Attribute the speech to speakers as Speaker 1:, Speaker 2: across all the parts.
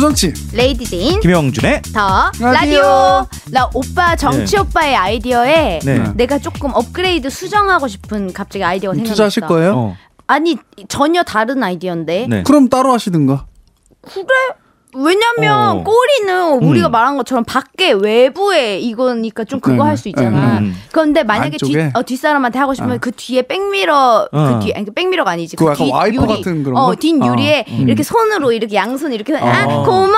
Speaker 1: 정치
Speaker 2: 레이디 제인
Speaker 3: 김영준의
Speaker 2: 더
Speaker 1: 라디오.
Speaker 2: 라디오. 나 오빠 정치 오빠의 아이디어에
Speaker 3: 네.
Speaker 1: 네.
Speaker 2: 내가 조금 업그레이드 수정하고 싶은 갑자기 아이디어가 생겼어.
Speaker 1: 음, 투자하실 거예요?
Speaker 3: 어.
Speaker 2: 아니 전혀 다른 아이디어인데.
Speaker 3: 네.
Speaker 1: 그럼 따로 하시든가.
Speaker 2: 왜냐면
Speaker 3: 어.
Speaker 2: 꼬리는
Speaker 3: 음.
Speaker 2: 우리가 말한 것처럼 밖에 외부에 이거니까 좀 그거
Speaker 1: 네,
Speaker 2: 할 수 있잖아.
Speaker 3: 네, 네.
Speaker 2: 그런데 만약에 뒤,
Speaker 1: 안쪽에? 아.
Speaker 2: 어, 뒷사람한테 하고 싶으면 그 뒤에 백미러
Speaker 3: 어.
Speaker 2: 그 뒤에 아니 그 백미러가 아니지.
Speaker 1: 그거 약간
Speaker 2: 뒷
Speaker 1: 와이퍼
Speaker 2: 유리,
Speaker 1: 같은 그런 거? 아, 음. 어.
Speaker 2: 어, 뒷 유리에 이렇게 손으로 이렇게 양손 이렇게 아 고마워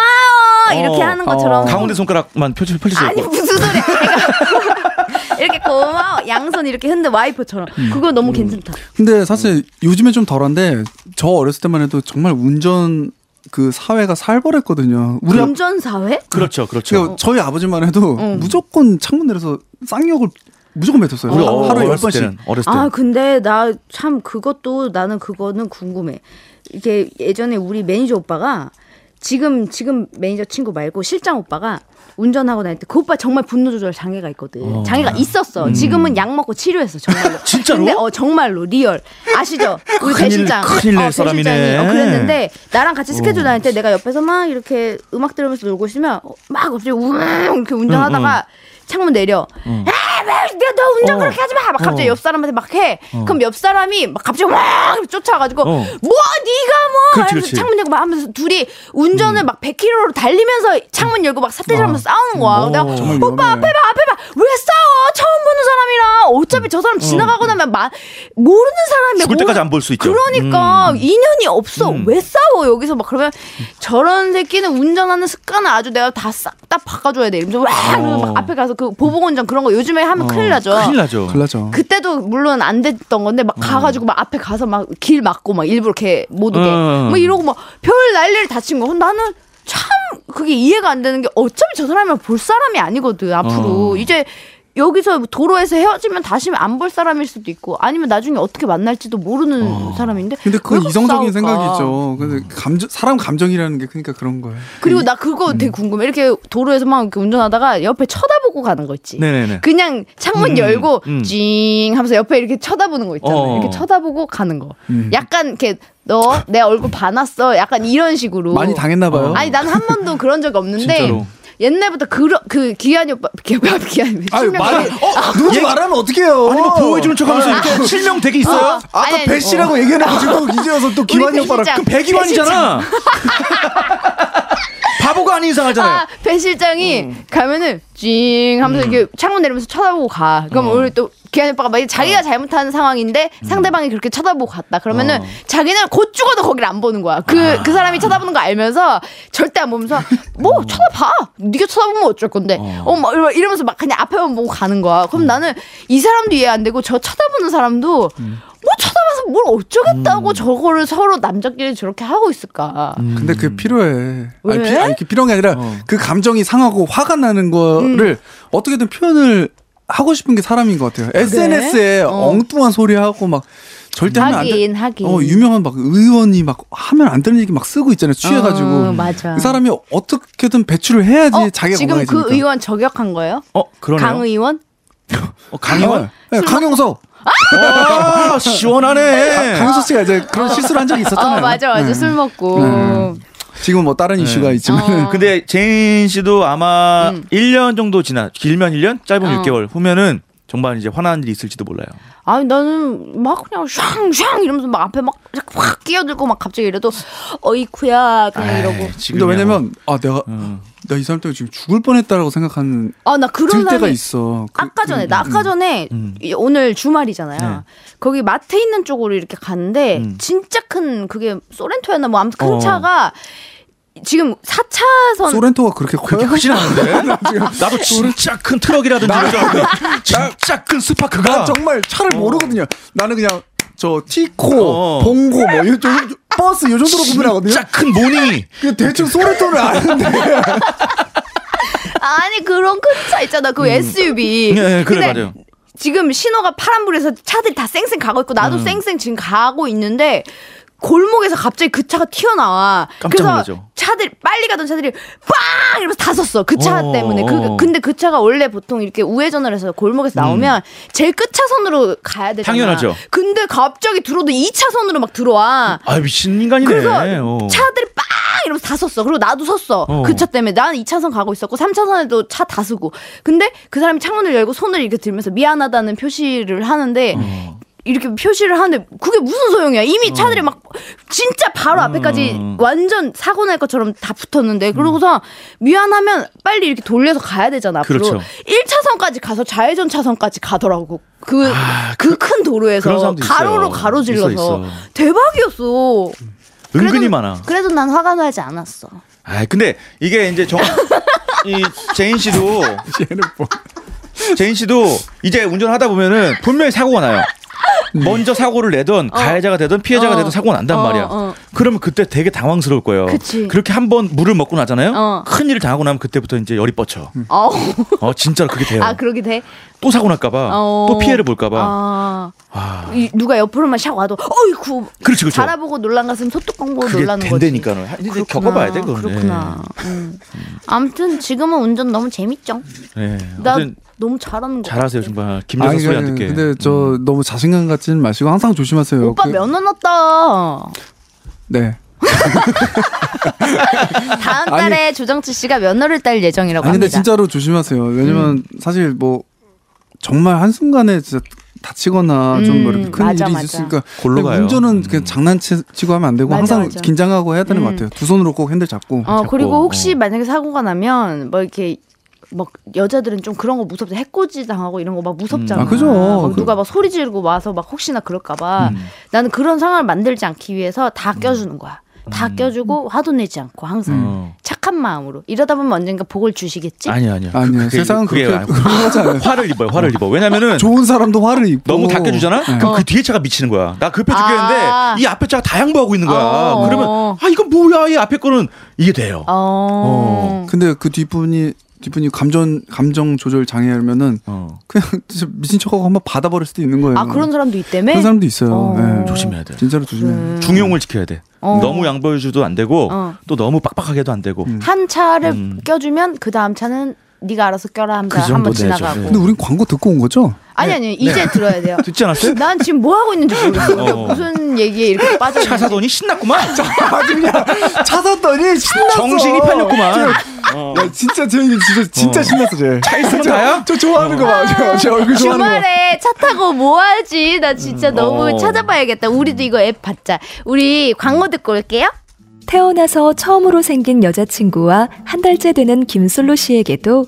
Speaker 2: 이렇게
Speaker 3: 어.
Speaker 2: 하는 것처럼
Speaker 3: 가운데 손가락만 펼쳐 펼쳐.
Speaker 2: 아니 뭐. 무슨 소리야. 그러니까 이렇게 고마워 양손 이렇게 흔든 와이퍼처럼
Speaker 1: 음.
Speaker 2: 그거 너무 괜찮다.
Speaker 1: 근데 사실
Speaker 3: 음.
Speaker 1: 요즘에 좀 덜한데 저 어렸을 때만 해도 정말 운전 그 사회가 살벌했거든요. 우리 아,
Speaker 2: 운전 사회?
Speaker 3: 그렇죠, 그렇죠.
Speaker 1: 그러니까 저희 아버지만 해도
Speaker 2: 어. 음.
Speaker 1: 무조건 창문 내려서 쌍욕을 무조건 뱉었어요.
Speaker 3: 우리 어,
Speaker 1: 그러니까 하루에 열
Speaker 3: 어렸을
Speaker 1: 번씩.
Speaker 3: 때는 어렸을 때.
Speaker 2: 아 근데 나 참 그것도 나는 그거는 궁금해. 이게 예전에 우리 매니저 오빠가 지금 지금 매니저 친구 말고 실장 오빠가 운전하고 다닐 때 그 오빠 정말 분노 조절 장애가 있거든. 장애가 있었어. 지금은 약 먹고 치료했어 정말로.
Speaker 3: 음. 진짜로?
Speaker 2: 근데 어 정말로 리얼 아시죠? 우리 배
Speaker 3: 큰일,
Speaker 2: 실장.
Speaker 3: 큰일 날
Speaker 2: 어, 배
Speaker 3: 사람이네. 어.
Speaker 2: 실장이 어, 그랬는데 나랑 같이 스케줄 다닐 때 내가 옆에서 막 이렇게 음악 들으면서 놀고 있으면 어, 막 갑자기 우웅 이렇게 운전하다가 창문 내려. 아, 왜, 내가 너
Speaker 3: 어.
Speaker 2: 운전 그렇게 하지 마. 막 갑자기 옆 사람한테 막 해. 그럼 옆 사람이 막 갑자기 막 쫓아가지고
Speaker 3: 어.
Speaker 2: 뭐 네가 뭐
Speaker 3: 그렇지, 음.
Speaker 2: 하면서
Speaker 3: 그렇지.
Speaker 2: 창문 열고 막 하면서 둘이 운전을 막 100km로 달리면서 창문 열고 막
Speaker 3: 어.
Speaker 2: 삿대질하면서 싸우는 거야. 내가
Speaker 1: 정말 위험해.
Speaker 2: 오빠 앞에 봐 앞에 봐 왜 싸워? 처음 보는 사람이랑 어차피 저 사람 지나가고 나면 마, 모르는 사람이야.
Speaker 3: 죽을 때까지
Speaker 2: 모르-
Speaker 3: 안볼수 있죠. 음.
Speaker 2: 그러니까 인연이 없어. 왜 싸워 여기서 막 그러면 저런 새끼는 운전하는 습관을 아주 내가 다 싹 다 바꿔줘야 돼. 이러면서 와 이러면서 막 앞에 가서 그 보복 운전 그런 거 요즘에 하면 큰일 나죠.
Speaker 3: 어. 큰일 나죠.
Speaker 1: 글라죠. 음.
Speaker 2: 그때도 물론 안 됐던 건데 막 가가지고 막 앞에 가서 막 길 막고 막 일부러 이렇게 못
Speaker 1: 음,
Speaker 2: 오게
Speaker 3: 어.
Speaker 2: 뭐 이러고 막 별 난리를 다친 거. 근데 나는 참 그게 이해가 안 되는 게 어차피 저 사람을 볼 사람이 아니거든 앞으로
Speaker 1: 어.
Speaker 2: 이제. 여기서 도로에서 헤어지면 다시 안 볼 사람일 수도 있고 아니면 나중에 어떻게 만날지도 모르는 사람인데
Speaker 1: 어. 근데 그건
Speaker 2: 왜
Speaker 1: 이성적인
Speaker 2: 싸울까?
Speaker 1: 생각이죠.
Speaker 3: 음.
Speaker 1: 근데 감정, 사람 감정이라는 게 그러니까 그런 거예요.
Speaker 2: 그리고 나 그거
Speaker 1: 음.
Speaker 2: 되게 궁금해 이렇게 도로에서 막 이렇게 운전하다가 옆에 쳐다보고 가는 거 있지
Speaker 3: 네네네.
Speaker 2: 그냥 창문
Speaker 3: 음,
Speaker 2: 열고
Speaker 3: 음.
Speaker 2: 찡 하면서 옆에 이렇게 쳐다보는 거 있잖아요.
Speaker 3: 어.
Speaker 2: 이렇게 쳐다보고 가는 거.
Speaker 1: 음.
Speaker 2: 약간 이렇게 너 내 얼굴 봐놨어. 약간 이런 식으로.
Speaker 1: 많이 당했나 봐요.
Speaker 2: 뭐? 어. 아니 난 한 번도 그런 적 없는데
Speaker 3: 진짜로.
Speaker 2: 옛날부터 그러, 그 기한이 오빠 기한 기한
Speaker 1: 아유, 말,
Speaker 2: 그
Speaker 1: 어, 누지 말하면 어떡해요.
Speaker 3: 아니 뭐 보호해주는 척하면서 이렇게 실명 되게 있어요?
Speaker 1: 아까 배 씨라고 얘기해놓고 지금 이제 와서 또 기완이
Speaker 2: 우리 배
Speaker 1: 오빠랑.
Speaker 2: 실장.
Speaker 3: 그럼 백이완이잖아.
Speaker 2: 어.
Speaker 3: 바보가 아닌 이상하잖아요.
Speaker 1: 네.
Speaker 2: 아, 배 실장이
Speaker 1: 음.
Speaker 2: 가면은 찡 하면서 이렇게 창문 내리면서 쳐다보고 가. 그럼
Speaker 1: 어.
Speaker 2: 우리 또 기한 오빠가 만약 자기가 잘못한 상황인데
Speaker 1: 음.
Speaker 2: 상대방이 그렇게 쳐다보고 갔다. 그러면은
Speaker 1: 어.
Speaker 2: 자기는 곧 죽어도 거기를 안 보는 거야. 그
Speaker 1: 아.
Speaker 2: 그 사람이 쳐다보는 거 알면서 절대 안 보면서 뭐
Speaker 1: 음.
Speaker 2: 쳐다봐. 네가 쳐다보면 어쩔 건데. 어, 막 이러- 이러면서 막 그냥 앞에만 보고 가는 거야.
Speaker 1: 음.
Speaker 2: 그럼 나는 이 사람도 이해 안 되고 저 쳐다보는 사람도
Speaker 1: 음.
Speaker 2: 뭐 쳐다봐서 뭘 어쩌겠다고 저거를 서로 남자끼리 저렇게 하고 있을까?
Speaker 1: 근데 그게 필요해.
Speaker 2: 왜?
Speaker 1: 아니, 피, 아니, 그게 필요한 게 아니라 그 감정이 상하고 화가 나는 거를
Speaker 2: 음.
Speaker 1: 어떻게든 표현을 하고 싶은 게 사람인 것 같아요. SNS에 엉뚱한 소리 하고 막 절대 하면 안 돼.
Speaker 2: 어. 하긴 하긴.
Speaker 1: 어, 유명한 막 의원이 막 하면 안 되는 얘기 막 쓰고 있잖아요. 취해가지고.
Speaker 2: 어, 맞아.
Speaker 1: 그 사람이 어떻게든 배출을 해야지
Speaker 2: 어,
Speaker 1: 자기가
Speaker 2: 지금
Speaker 1: 건강해지니까.
Speaker 2: 그 의원 저격한 거예요?
Speaker 3: 어 그러네요.
Speaker 2: 강 의원?
Speaker 3: 어, 강의원.
Speaker 1: 네, 강용석.
Speaker 3: 아 시원하네.
Speaker 1: 강용석 씨가 이제 그런 실수를 한 적이 있었잖아요.
Speaker 2: 어 맞아 맞아
Speaker 1: 네.
Speaker 2: 술 먹고
Speaker 1: 네. 지금 뭐 다른 이슈가 있지만.
Speaker 2: 어.
Speaker 3: 음, 근데 제인 씨도 아마 1년 정도 지나 길면 1년, 짧으면
Speaker 2: 음. 어.
Speaker 3: 6개월 후면은 정말 이제 화나는 일이 있을지도 몰라요.
Speaker 2: 아니 나는 막 그냥 샹샹 이러면서 막 앞에 막 확 끼어들고 막 갑자기 이래도 어이쿠야 그냥 네, 이러고
Speaker 3: 뭐.
Speaker 1: 근데 왜냐면 아 내가
Speaker 3: 어.
Speaker 1: 나 이 사람 때문에 지금 죽을 뻔했다라고 생각하는
Speaker 2: 아 나 그런
Speaker 1: 들 때가
Speaker 2: 사람이
Speaker 1: 있어. 그-
Speaker 2: 아까 전에 나 아까 전에
Speaker 1: 음.
Speaker 2: 이- 오늘 주말이잖아요.
Speaker 1: 네.
Speaker 2: 거기 마트 있는 쪽으로 이렇게 갔는데
Speaker 1: 음.
Speaker 2: 진짜 큰 그게 소렌토였나 뭐 아무튼 큰
Speaker 3: 어.
Speaker 2: 차가 지금 4차선
Speaker 1: 소렌토가
Speaker 2: 어.
Speaker 1: 그렇게
Speaker 3: 그렇게
Speaker 1: 커요?
Speaker 3: 크진 않은데 나도 진짜 큰 트럭이라든지 이런 거. 진짜 큰 스파크가
Speaker 1: 나 정말 차를 모르거든요. 나는 그냥 저 티코,
Speaker 3: 어.
Speaker 1: 봉고 뭐 이런 쪽 버스 요 정도로 구분하거든요.
Speaker 3: 진짜 큰 모닝이
Speaker 1: 그 대충 소렌토를 아는데
Speaker 2: 아니 그런 큰 차 있잖아 그 SUV.
Speaker 3: 음. 예, 예, 그래,
Speaker 2: 근데
Speaker 3: 맞아요.
Speaker 2: 지금 신호가 파란불에서 차들이 다 쌩쌩 가고 있고 나도
Speaker 3: 음.
Speaker 2: 쌩쌩 지금 가고 있는데 골목에서 갑자기 그 차가 튀어나와.
Speaker 3: 깜짝
Speaker 2: 그래서
Speaker 3: 놀라죠. 차들
Speaker 2: 빨리 가던 차들이 빵 이러면서 다 섰어 그 차
Speaker 3: 어,
Speaker 2: 때문에 그
Speaker 3: 어. 음.
Speaker 2: 근데 그 차가 원래 보통 이렇게 우회전을 해서 골목에서 나오면 제일 끝 차선으로 가야 되잖아
Speaker 3: 당연하죠.
Speaker 2: 근데 갑자기 들어도 2차선으로 막 들어와
Speaker 3: 아 미친 인간이네.
Speaker 2: 그래서
Speaker 3: 어.
Speaker 2: 차들이 빡 이러면서 다 섰어. 그리고 나도 섰어.
Speaker 4: 어.
Speaker 2: 그 차 때문에 나는 2차선 가고 있었고 3차선에도 차 다 쓰고. 근데 그 사람이 창문을 열고 손을 이렇게 들면서 미안하다는 표시를 하는데
Speaker 4: 어.
Speaker 2: 이렇게 표시를 하는데 그게 무슨 소용이야? 이미 차들이 막 진짜 바로
Speaker 4: 음.
Speaker 2: 앞에까지 완전 사고 날 것처럼 다 붙었는데 그러고서 미안하면 빨리 이렇게 돌려서 가야 되잖아. 앞으로
Speaker 4: 그렇죠.
Speaker 2: 1차선까지 가서 좌회전 차선까지 가더라고. 그 그 큰
Speaker 4: 아, 그런
Speaker 2: 도로에서
Speaker 4: 사람도 있어요.
Speaker 2: 가로로 가로질러서
Speaker 4: 있어, 있어.
Speaker 2: 대박이었어.
Speaker 4: 은근히
Speaker 2: 그래도-
Speaker 4: 많아.
Speaker 2: 그래도 난 화가 나지 않았어.
Speaker 3: 아 근데 이게 이제 정이 제인 씨도 제인 씨도 이제 운전하다 보면은 분명히 사고가 나요. 먼저 사고를 내던 가해자가 되던 피해자가
Speaker 2: 어.
Speaker 3: 되던 사고가 난단
Speaker 2: 어,
Speaker 3: 말이야.
Speaker 2: 어.
Speaker 3: 그러면 그때 되게 당황스러울 거예요.
Speaker 2: 그치.
Speaker 3: 렇게 한 번 물을 먹고 나잖아요.
Speaker 2: 어.
Speaker 3: 큰 일을 당하고 나면 그때부터 이제 열이 뻗쳐.
Speaker 2: 아우.
Speaker 3: 어 진짜로 그게 돼요.
Speaker 2: 아 그러게 돼.
Speaker 3: 또 사고 날까봐,
Speaker 2: 어.
Speaker 3: 또 피해를 볼까봐.
Speaker 2: 아. 이- 누가 옆으로만 샥 와도 어이쿠.
Speaker 3: 그렇지, 그렇죠. 그렇지.
Speaker 2: 바라보고 놀란 가슴 소뚝 광고
Speaker 3: 그게
Speaker 2: 놀라는 거지. 아,
Speaker 3: 된다니까요. 이제 겪어봐야 돼 그거는.
Speaker 2: 그렇구나. 음. 아무튼 지금은 운전 너무 재밌죠.
Speaker 3: 네.
Speaker 2: 나
Speaker 3: 아무튼
Speaker 2: 너무 잘하는 거.
Speaker 3: 잘하세요 정말 김여사 소리 안 듣게. 음.
Speaker 1: 근데 저 너무 자신감 갖지는 마시고 항상 조심하세요.
Speaker 2: 오빠
Speaker 1: 그-
Speaker 2: 면허 났다.
Speaker 1: 네.
Speaker 2: 다음 달에 조정치 씨가 면허를 딸 예정이라고
Speaker 1: 아니 근데
Speaker 2: 합니다. 음.
Speaker 1: 진짜로 조심하세요. 왜냐면 사실 뭐 정말 한 순간에 진짜 다치거나
Speaker 2: 음,
Speaker 1: 좀뭐 이렇게 큰
Speaker 2: 맞아,
Speaker 1: 일이
Speaker 2: 맞아.
Speaker 1: 있으니까
Speaker 3: 골로
Speaker 1: 근데
Speaker 3: 가요. 음.
Speaker 1: 운전은 그냥 장난치고 하면 안 되고
Speaker 2: 맞아,
Speaker 1: 항상
Speaker 2: 맞아.
Speaker 1: 긴장하고 해야 되는
Speaker 2: 음.
Speaker 1: 것 같아요. 두 손으로 꼭 핸들 잡고.
Speaker 2: 어 그리고
Speaker 3: 자꾸,
Speaker 2: 혹시
Speaker 3: 어.
Speaker 2: 만약에 사고가 나면 뭐 이렇게 막 여자들은 좀 그런 거 무섭대 해코지 당하고 이런 거 막 무섭잖아.
Speaker 3: 음.
Speaker 1: 아, 그죠.
Speaker 2: 막
Speaker 1: 그-
Speaker 2: 누가 막 소리 지르고 와서 막 혹시나 그럴까봐
Speaker 3: 음.
Speaker 2: 나는 그런 상황을 만들지 않기 위해서 다 껴주는 거야. 다 껴주고 화도 내지 않고 항상
Speaker 3: 음.
Speaker 2: 착한 마음으로 이러다 보면 언젠가 복을 주시겠지.
Speaker 3: 아니 아니요.
Speaker 1: 아니요
Speaker 3: 그게-
Speaker 1: 세상은
Speaker 3: 그게
Speaker 1: 그렇게
Speaker 3: 아니고.
Speaker 1: 그런 거지 않아요.
Speaker 3: 화를 입어요. 화를 입어. 왜냐면은
Speaker 1: 좋은 사람도 화를 입고 네.
Speaker 3: 너무 다 껴주잖아. 그럼
Speaker 2: 어.
Speaker 3: 그 뒤에 차가 미치는 거야. 나 급해 죽겠는데
Speaker 2: 아.
Speaker 3: 이 앞에 차가 다 양보하고 있는 거야.
Speaker 2: 어. 아.
Speaker 3: 그러면 아 이건 뭐야 이 앞에 거는 이게 돼요.
Speaker 2: 어.
Speaker 1: 근데 그 뒷분이 뒷분이 감정 감정 조절 장애면은
Speaker 3: 어.
Speaker 1: 그냥 진짜 미친 척하고 한번 받아버릴 수도 있는 거예요.
Speaker 2: 아 그런 사람도 있다며?
Speaker 1: 그런 사람도 있어요.
Speaker 2: 어. 음.
Speaker 1: 예.
Speaker 3: 조심해야 돼.
Speaker 1: 진짜로 조심해야 돼.
Speaker 3: 중용을 지켜야 돼.
Speaker 2: 어.
Speaker 3: 너무 양보해줘도 안 되고
Speaker 2: 어.
Speaker 3: 또 너무 빡빡하게도 안 되고.
Speaker 2: 한 차를
Speaker 3: 음.
Speaker 2: 껴주면 그 다음 차는 네가 알아서 껴라 하면서
Speaker 3: 그
Speaker 2: 한번
Speaker 3: 정도 되죠.
Speaker 2: 지나가고.
Speaker 3: 네.
Speaker 1: 근데 우린 광고 듣고 온 거죠?
Speaker 2: 아니 아니 이제 들어야 돼요.
Speaker 3: 듣지 않았어요?
Speaker 2: 난 지금 뭐 하고 있는지 모르겠어.
Speaker 3: 어.
Speaker 2: 무슨 얘기에 이렇게 빠져.
Speaker 3: 차 사더니 신났구만.
Speaker 1: 찾았더니 신났어.
Speaker 3: 정신이 팔렸구만.
Speaker 1: 야, 진짜 쟤 진짜 진짜 어. 신났어 쟤.
Speaker 3: 차 있으면 다야.
Speaker 1: 저 좋아하는 거 봐. 저, 저 얼굴 좋아하는 거.
Speaker 2: 주말에 차 타고 뭐 하지? 나 진짜 너무
Speaker 3: 어.
Speaker 2: 찾아봐야겠다. 우리도 이거 앱 받자. 우리 광고 듣고 올게요.
Speaker 5: 태어나서 처음으로 생긴 여자친구와 한 달째 되는 김솔로 씨에게도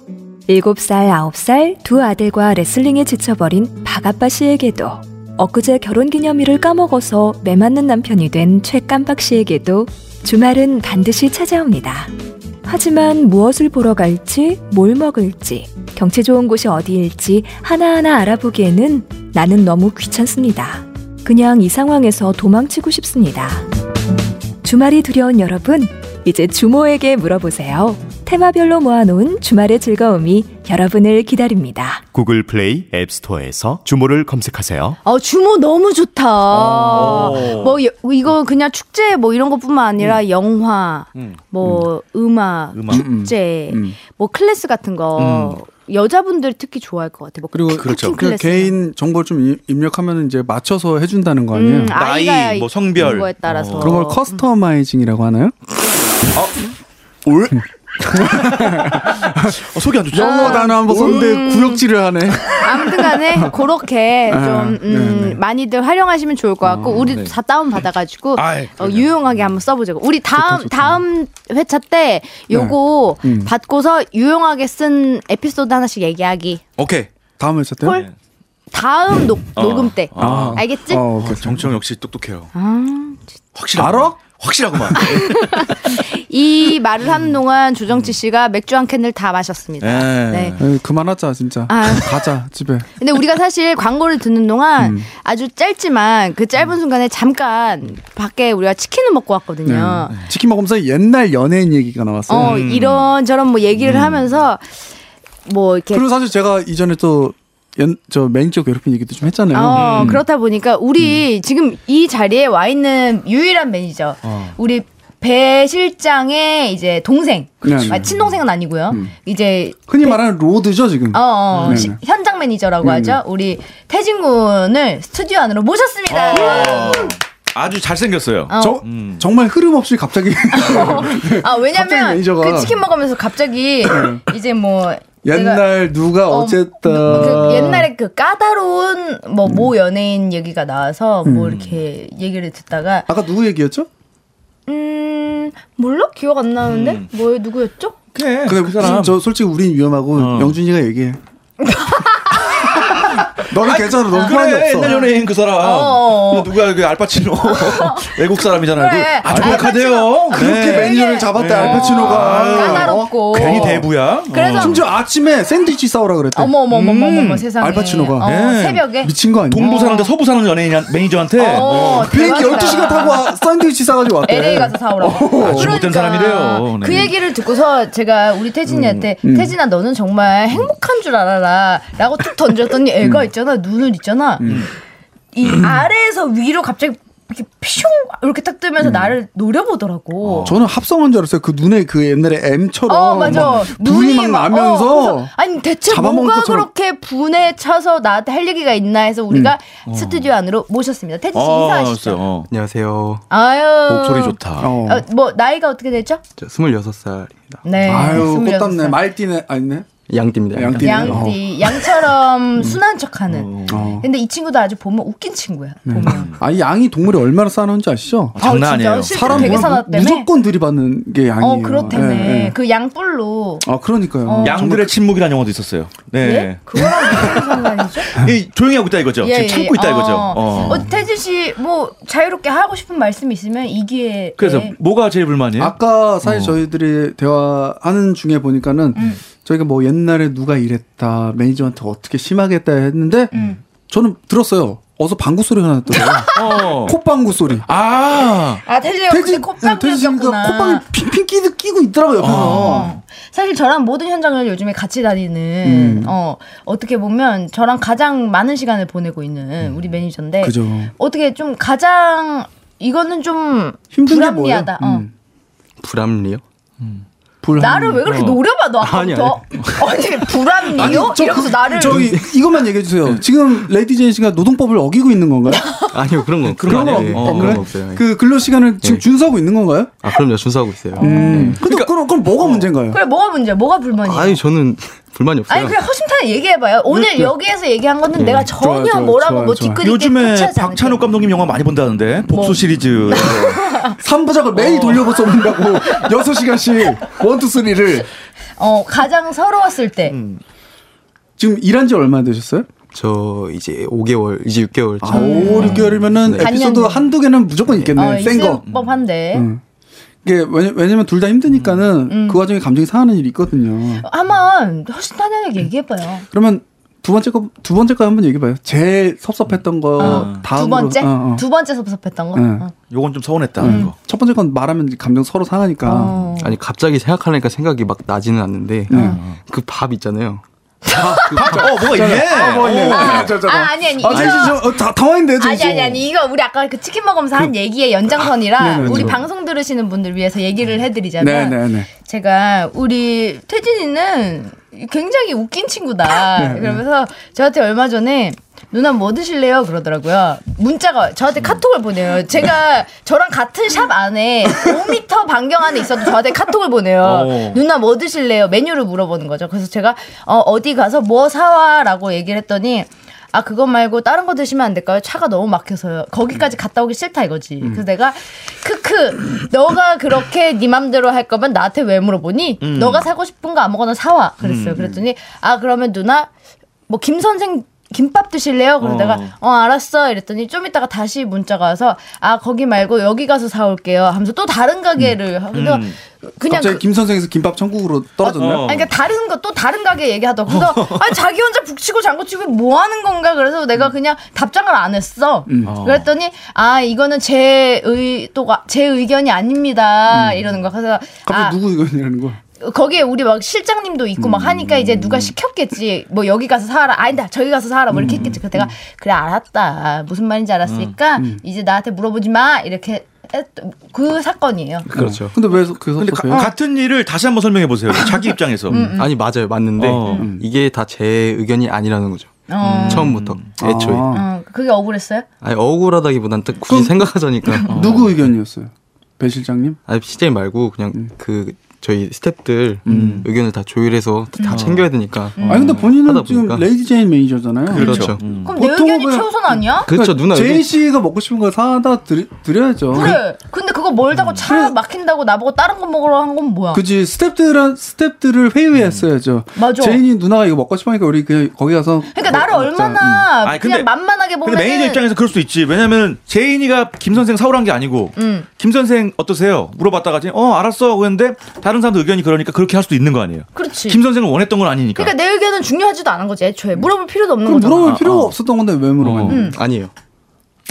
Speaker 5: 7살, 9살 두 아들과 레슬링에 지쳐버린 박아빠 씨에게도 엊그제 결혼기념일을 까먹어서 매맞는 남편이 된 최깜박 씨에게도 주말은 반드시 찾아옵니다. 하지만 무엇을 보러 갈지, 뭘 먹을지, 경치 좋은 곳이 어디일지 하나하나 알아보기에는 나는 너무 귀찮습니다. 그냥 이 상황에서 도망치고 싶습니다. 주말이 두려운 여러분, 이제 주모에게 물어보세요. 테마별로 모아놓은 주말의 즐거움이 여러분을 기다립니다.
Speaker 6: 구글 플레이 앱스토어에서 주모를 검색하세요.
Speaker 2: 어 주모 너무 좋다.
Speaker 3: 어.
Speaker 2: 뭐 여- 이거 그냥 축제 뭐 이런 것뿐만 아니라 영화,
Speaker 3: 음.
Speaker 2: 뭐 음. 악
Speaker 3: 음악.
Speaker 2: 축제,
Speaker 1: 음.
Speaker 2: 뭐 클래스 같은 거 여자분들이 특히 좋아할 것 같아. 뭐
Speaker 1: 그리고
Speaker 3: 그렇죠.
Speaker 1: 그
Speaker 2: 클래스.
Speaker 1: 개인 정보를 좀 이- 입력하면 이제 맞춰서 해준다는 거 아니에요?
Speaker 2: 음,
Speaker 3: 나이,
Speaker 2: 아이가 어.
Speaker 3: 뭐 성별.
Speaker 2: 이런 거에 따라서
Speaker 1: 그런 걸 커스터마이징이라고 하나요?
Speaker 3: 올. 어, 속이 안 좋죠.
Speaker 2: 아.
Speaker 1: 영어 단어 한번 썼는데 구역질을 하네.
Speaker 2: 아무튼간에 그렇게 좀 음, 많이들 활용하시면 좋을 것 같고 우리
Speaker 3: 네.
Speaker 2: 다 다운 받아가지고
Speaker 3: 아이,
Speaker 2: 어, 유용하게 한번 써보자고. 우리 다음 네. 다음 회차 때 요거
Speaker 1: 음.
Speaker 2: 받고서 유용하게 쓴 에피소드 하나씩 얘기하기.
Speaker 3: 오케이.
Speaker 1: 다음 회차 때요?
Speaker 2: 콜? 다음 녹,
Speaker 3: 네. 어.
Speaker 2: 녹음 때.
Speaker 1: 아.
Speaker 2: 알겠지?
Speaker 1: 어, 오케이.
Speaker 3: 정청 역시 똑똑해요.
Speaker 2: 아,
Speaker 3: 확실하고.
Speaker 1: 알아?
Speaker 3: 확실하고만.
Speaker 2: 이 말을 하는 동안 조정치 씨가 맥주 한 캔을 다 마셨습니다.
Speaker 3: 예.
Speaker 2: 네.
Speaker 1: 에이, 그만하자 진짜.
Speaker 2: 아.
Speaker 1: 가자 집에.
Speaker 2: 근데 우리가 사실 광고를 듣는 동안 아주 짧지만 그 짧은 순간에 잠깐 밖에 우리가 치킨을 먹고 왔거든요.
Speaker 1: 네. 치킨 먹으면서 옛날 연예인 얘기가 나왔어요.
Speaker 2: 어, 이런저런 뭐 얘기를 하면서 뭐 이렇게
Speaker 1: 음. 그리고 사실 제가 이전에 또저 매니저 괴롭힌 얘기도 좀 했잖아요.
Speaker 2: 어, 그렇다 보니까
Speaker 1: 음.
Speaker 2: 우리 지금 이 자리에 와 있는 유일한 매니저.
Speaker 1: 어.
Speaker 2: 우리 배 실장의 이제 동생.
Speaker 1: 그렇죠.
Speaker 2: 아, 친동생은 아니고요. 이제
Speaker 1: 흔히 말하는 로드죠 지금.
Speaker 2: 어, 어,
Speaker 1: 네네. 음.
Speaker 2: 시- 현장
Speaker 1: 어.
Speaker 2: 매니저라고 하죠. 우리 태진 군을 스튜디오 안으로 모셨습니다.
Speaker 3: 아주 잘생겼어요.
Speaker 1: 저,
Speaker 3: 음.
Speaker 1: 정말 흐름 없이 갑자기
Speaker 2: 아
Speaker 1: 갑자기
Speaker 2: 왜냐면
Speaker 1: 매니저가- 네.
Speaker 2: 그 치킨 먹으면서 갑자기 이제 뭐 내가
Speaker 1: 옛날 누가
Speaker 2: 어,
Speaker 1: 어쨌든
Speaker 2: 그 옛날에 그 까다로운 뭐 모 연예인 얘기가 나와서
Speaker 1: 음.
Speaker 2: 뭐 이렇게 얘기를 듣다가
Speaker 1: 아까 누구 얘기였죠?
Speaker 2: 음 몰라 기억 안 나는데 뭐예요 누구였죠?
Speaker 1: 네.
Speaker 3: 그래. 어.
Speaker 1: 근데 저 솔직히 우린 위험하고 영준이가 얘기해. 너는 괜찮아. 넌
Speaker 3: 그래
Speaker 1: 불안이 없어.
Speaker 3: 옛날 연예인 그 사람
Speaker 2: 어.
Speaker 3: 근데 누가 그 알파치노 외국 사람이잖아요
Speaker 2: 그래.
Speaker 3: 그 아주 몰카대요
Speaker 1: 그렇게 매니저를 잡았대 알파치노가.
Speaker 2: 까다롭고
Speaker 3: 네. 아, 괜히 대부야
Speaker 2: 그래서
Speaker 1: 심지어 아침에 샌드위치 싸우라 그랬대.
Speaker 2: 어머 어머 어머 어머 어머 세상에
Speaker 1: 음. 알파치노가. 네.
Speaker 2: 어,
Speaker 3: 예.
Speaker 2: 새벽에
Speaker 1: 미친 거 아니야?
Speaker 3: 동부 사는데 서부 사는 연예인 매니저한테 네.
Speaker 2: 어,
Speaker 1: 비행기
Speaker 2: 대박이다.
Speaker 1: 12시간 타고 와- 샌드위치 싸가지고 왔대.
Speaker 2: LA 가서 사오라고. 그러니까
Speaker 3: 아주 못된 사람이래요. 네.
Speaker 2: 그 얘기를 듣고서 제가 우리 태진이한테 태진아 너는 정말 행복한 줄 알아라라고 툭 던졌더니 애가 있잖아 눈을 있잖아 이 아래에서 위로 갑자기 이렇게 피슝 이렇게 딱 뜨면서 나를 노려보더라고.
Speaker 1: 아, 저는 합성한 줄 알았어요. 그 눈에 그 옛날에 M처럼
Speaker 2: 어 맞아
Speaker 1: 막 눈이 막
Speaker 2: 막-
Speaker 1: 나면서
Speaker 2: 어, 그래서 아니 대체
Speaker 1: 잡아먹은
Speaker 2: 뭐가
Speaker 1: 것처럼.
Speaker 2: 그렇게 분에 차서 나한테 할 얘기가 있나 해서 우리가 스튜디오 안으로 모셨습니다 태진 씨 인사하시죠
Speaker 3: 어, 아, 알았어요. 어.
Speaker 7: 안녕하세요.
Speaker 2: 아유
Speaker 3: 목소리 좋다
Speaker 1: 어.
Speaker 2: 어, 뭐 나이가 어떻게 되죠?
Speaker 7: 저 26살입니다.
Speaker 2: 네.
Speaker 1: 아유
Speaker 2: 26
Speaker 1: 꽃답네 말띠네 아니네 어. 음.
Speaker 7: 양띠입니다.
Speaker 1: 양띠.
Speaker 2: 양띠 양처럼 순한 척하는.
Speaker 3: 어.
Speaker 2: 근데 이 친구도 아주 보면 웃긴 친구야. 보면. 어,
Speaker 1: 아 양이 동물이 얼마나 싸는지 아시죠?
Speaker 3: 아, 음. 장난
Speaker 2: 진짜
Speaker 3: 아니에요
Speaker 2: 실제로
Speaker 1: 사람
Speaker 2: 되게
Speaker 1: 보면
Speaker 2: 사납다며?
Speaker 1: 무조건 들이받는 게 양이에요.
Speaker 2: 어 그렇다네. 어.
Speaker 1: 예, 예.
Speaker 2: 그 양뿔로.
Speaker 1: 아 그러니까요.
Speaker 3: 양들의 침묵이라는 영화도 있었어요
Speaker 2: 예?
Speaker 3: 네
Speaker 2: 그거랑 무슨 상관이죠?
Speaker 3: 이 조용히 하고 있다 이거죠 지금 참고 있다
Speaker 2: 어.
Speaker 3: 이거죠
Speaker 2: 어.
Speaker 3: 어.
Speaker 2: 태주 씨 뭐 자유롭게 하고 싶은 말씀 있으면 이 기회에. 예.
Speaker 3: 그래서 뭐가 제일 불만이에요 어.
Speaker 1: 아까 사실 저희들이 대화하는 중에 보니까는
Speaker 2: 음.
Speaker 1: 저희가 뭐 옛날에 누가 이랬다 매니저한테 어떻게 심하게 했다 했는데
Speaker 2: 음.
Speaker 1: 저는 들었어요. 어서 방구 소리 하나 났더라고요.
Speaker 3: 어.
Speaker 1: 콧방구 소리.
Speaker 3: 아
Speaker 2: 아 태주가 근데
Speaker 1: 네, 돼지니까 그
Speaker 2: 콧방귀였구나.
Speaker 1: 콧방이 핑핑 끼- 끼고 있더라고요. 옆에서.
Speaker 2: 어. 사실 저랑 모든 현장을 요즘에 같이 다니는
Speaker 1: 음.
Speaker 2: 어 어떻게 보면 저랑 가장 많은 시간을 보내고 있는 우리 매니저인데
Speaker 1: 음. 그죠.
Speaker 2: 어떻게 좀 가장 이거는 좀
Speaker 1: 힘든 게 뭐예요?
Speaker 2: 불합리하다. 어.
Speaker 1: 음.
Speaker 7: 불합리요?
Speaker 1: 불합리.
Speaker 2: 나를 왜 그렇게 노려봐 너
Speaker 7: 아니,
Speaker 2: 아까부터 아니 불합리요?
Speaker 1: 저
Speaker 2: 이러면서
Speaker 1: 그-
Speaker 2: 나를
Speaker 1: 저기 이것만 얘기해 주세요. 지금 레디 제인 씨가 노동법을 어기고 있는 건가요?
Speaker 7: 아니요, 그런 건
Speaker 1: 그런 건
Speaker 7: 아니에요.
Speaker 1: 없-
Speaker 7: 어, 그런
Speaker 1: 없나요?
Speaker 7: 거 없어요.
Speaker 1: 그 근로 시간을 지금
Speaker 7: 네.
Speaker 1: 준수하고 있는 건가요?
Speaker 7: 아, 그럼요. 준수하고 있어요.
Speaker 1: 음. 근데 그럼 그럼 뭐가 문제인가요?
Speaker 2: 그래 뭐가 문제야? 뭐가 불만이야?
Speaker 7: 아니, 저는 불만이 없어요.
Speaker 2: 아니 그냥 허심탄회 얘기해봐요. 오늘 여기에서 얘기한 건데
Speaker 7: 네.
Speaker 2: 내가 전혀
Speaker 1: 음. 좋아요, 좋아요,
Speaker 2: 뭐라고
Speaker 1: 좋아요,
Speaker 2: 뭐
Speaker 1: 좋아요.
Speaker 2: 뒤끝
Speaker 3: 요즘에 박찬욱 감독님 영화 많이 본다는데 복수 시리즈
Speaker 1: 삼부작을 매일 돌려보 써본다고 6시간씩 원투 쓰리를
Speaker 2: 어 가장 서러웠을 때
Speaker 1: 음. 지금 일한 지 얼마나 되셨어요?
Speaker 7: 저 이제 5개월, 이제 6개월.
Speaker 1: 아, 5, 6개월이면은
Speaker 7: 네.
Speaker 1: 에피소드
Speaker 2: 단년.
Speaker 1: 한두 개는 무조건
Speaker 2: 어,
Speaker 1: 있겠네. 센
Speaker 2: 있을
Speaker 1: 거.
Speaker 2: 법한데
Speaker 1: 음. 이게 왜냐, 왜냐면 둘 다 힘드니까는
Speaker 2: 음.
Speaker 1: 그 와중에 감정이 상하는 일이 있거든요.
Speaker 2: 한번 허심탄회하게
Speaker 1: 음.
Speaker 2: 얘기해봐요.
Speaker 1: 그러면 두 번째 거, 두 번째 거 한번 얘기해 봐요. 제일 섭섭했던 거 어, 다음으로.
Speaker 2: 어. 두 번째
Speaker 1: 어, 어.
Speaker 2: 두 번째 섭섭했던 거.
Speaker 1: 응.
Speaker 2: 어.
Speaker 3: 요건 좀 서운했다 이거.
Speaker 1: 첫 번째 건 말하면 감정 서로 상하니까.
Speaker 2: 어.
Speaker 7: 아니, 갑자기 생각하니까 생각이 막 나지는 않는데, 그 밥 있잖아요.
Speaker 3: 어 뭐가 있네
Speaker 1: 아,
Speaker 2: 아 아니 아니
Speaker 1: 아, 제시
Speaker 2: 이거
Speaker 1: 좀, 어, 다, 당황했는데, 제시.
Speaker 2: 아니 아니 아니 이거 우리 아까 그 치킨 먹으면서 한 얘기의 연장선이라
Speaker 1: 네네,
Speaker 2: 우리
Speaker 1: 저-
Speaker 2: 방송 들으시는 분들 위해서 얘기를 해드리자면
Speaker 1: 아, 네네네.
Speaker 2: 제가 우리 태진이는 굉장히 웃긴 친구다
Speaker 1: 네,
Speaker 2: 그러면서 저한테 얼마 전에 누나 뭐 드실래요? 그러더라고요. 문자가 저한테 카톡을 보내요. 제가 저랑 같은 샵 안에 5m 반경 안에 있어도 저한테 카톡을 보내요.
Speaker 3: 어.
Speaker 2: 누나 뭐 드실래요? 메뉴를 물어보는 거죠. 그래서 제가 어, 어디 가서 뭐 사와라고 얘기를 했더니 아 그거 말고 다른 거 드시면 안 될까요? 차가 너무 막혀서요. 거기까지 갔다 오기 싫다 이거지.
Speaker 1: 음.
Speaker 2: 그래서 내가 크크 너가 그렇게 네 맘대로 할 거면 나한테 왜 물어보니?
Speaker 1: 음.
Speaker 2: 너가 사고 싶은 거 아무거나 사와 그랬어요. 그랬더니 아 그러면 누나 뭐 김 선생 김밥 드실래요? 그래서
Speaker 3: 어.
Speaker 2: 내가 어 알았어 이랬더니 좀 이따가 다시 문자가 와서 아 거기 말고 여기 가서 사올게요 하면서 또 다른 가게를 그래서 그냥
Speaker 1: 음. 갑자기
Speaker 2: 그-
Speaker 1: 김선생에서 김밥 천국으로 떨어졌나요? 어.
Speaker 3: 어.
Speaker 2: 아니, 그러니까 다른 거 또 다른 가게 얘기하더라고. 그래서 아니 자기 혼자 북치고 장구치고 뭐 하는 건가? 그래서
Speaker 1: 음.
Speaker 2: 내가 그냥 답장을 안 했어. 그랬더니 아 이거는 제 의도가 제 의견이 아닙니다 이러는 거. 그래서
Speaker 1: 갑자기
Speaker 2: 아
Speaker 1: 음. 누구 음. 의견이라는 거야?
Speaker 2: 거기에 우리 막 실장님도 있고 막 하니까 이제 누가 시켰겠지. 뭐 여기 가서 사라. 아니다 저기 가서 사라. 뭐
Speaker 1: 음.
Speaker 2: 이렇게 했겠지. 그래서 내가 그래 알았다 무슨 말인지 알았으니까
Speaker 1: 음.
Speaker 2: 이제 나한테 물어보지 마 이렇게 했, 그 사건이에요.
Speaker 7: 그렇죠.
Speaker 1: 근데 왜 그,
Speaker 3: 근데
Speaker 1: 섭섭해요?
Speaker 3: 가- 같은 일을 다시 한번 설명해 보세요 자기 입장에서
Speaker 7: 음. 아니, 맞아요. 맞는데, 음.
Speaker 3: 어.
Speaker 7: 이게 다 제 의견이 아니라는 거죠.
Speaker 2: 어.
Speaker 7: 처음부터, 애초에.
Speaker 1: 아.
Speaker 2: 어, 그게 억울했어요?
Speaker 7: 아니 억울하다기보단 딱
Speaker 1: 그럼-
Speaker 7: 굳이 생각하자니까.
Speaker 2: 음.
Speaker 7: 어.
Speaker 1: 누구 의견이었어요? 배 실장님?
Speaker 7: 아니 시제 말고 그냥
Speaker 1: 음.
Speaker 7: 그 저희 스태프들 의견을 다 조율해서 다 챙겨야 되니까.
Speaker 1: 음.
Speaker 2: 음.
Speaker 1: 아니 근데 본인은
Speaker 7: 하다
Speaker 1: 지금
Speaker 7: 보니까.
Speaker 1: 레이디 제인 매니저잖아요.
Speaker 7: 그렇죠.
Speaker 2: 그럼 내
Speaker 1: 보통은
Speaker 2: 의견이
Speaker 1: 그냥-
Speaker 2: 최우선 아니야?
Speaker 7: 그렇죠 누나
Speaker 1: 그러니까 제인
Speaker 7: 의견
Speaker 1: 씨가 먹고 싶은 거 사다 드리, 드려야죠.
Speaker 2: 그래. 근데 그거 멀다고 차 막힌다고 나보고 다른 거 먹으러 한 건 뭐야?
Speaker 1: 그지 스텝들은 스텝들을 회유했어야죠.
Speaker 2: 어. 음. 맞아.
Speaker 1: 제인이 누나가 이거 먹고 싶으니까 우리 그냥 거기 가서.
Speaker 2: 그러니까 나를
Speaker 1: 먹- 먹자. 음.
Speaker 2: 얼마나
Speaker 3: 아니, 근데-
Speaker 2: 그냥 만만하게 보면
Speaker 3: 근데 매니저 입장에서 그럴 수도 있지. 왜냐면 제인이가 김 선생 사오란 게 아니고
Speaker 2: 음.
Speaker 3: 김 선생 어떠세요? 물어봤다가 그냥 어 알았어 그랬는데 다른 사람도 의견이 그러니까 그렇게 할 수도 있는 거 아니에요.
Speaker 2: 그렇지.
Speaker 3: 김 선생은 원했던 건 아니니까.
Speaker 2: 그러니까 내 의견은 중요하지도 않은 거지. 애초에 물어볼 필요도 없는
Speaker 1: 그럼
Speaker 2: 거잖아.
Speaker 1: 물어볼 필요가 없었던 건데 왜 물어봤냐?
Speaker 7: 음. 아니에요.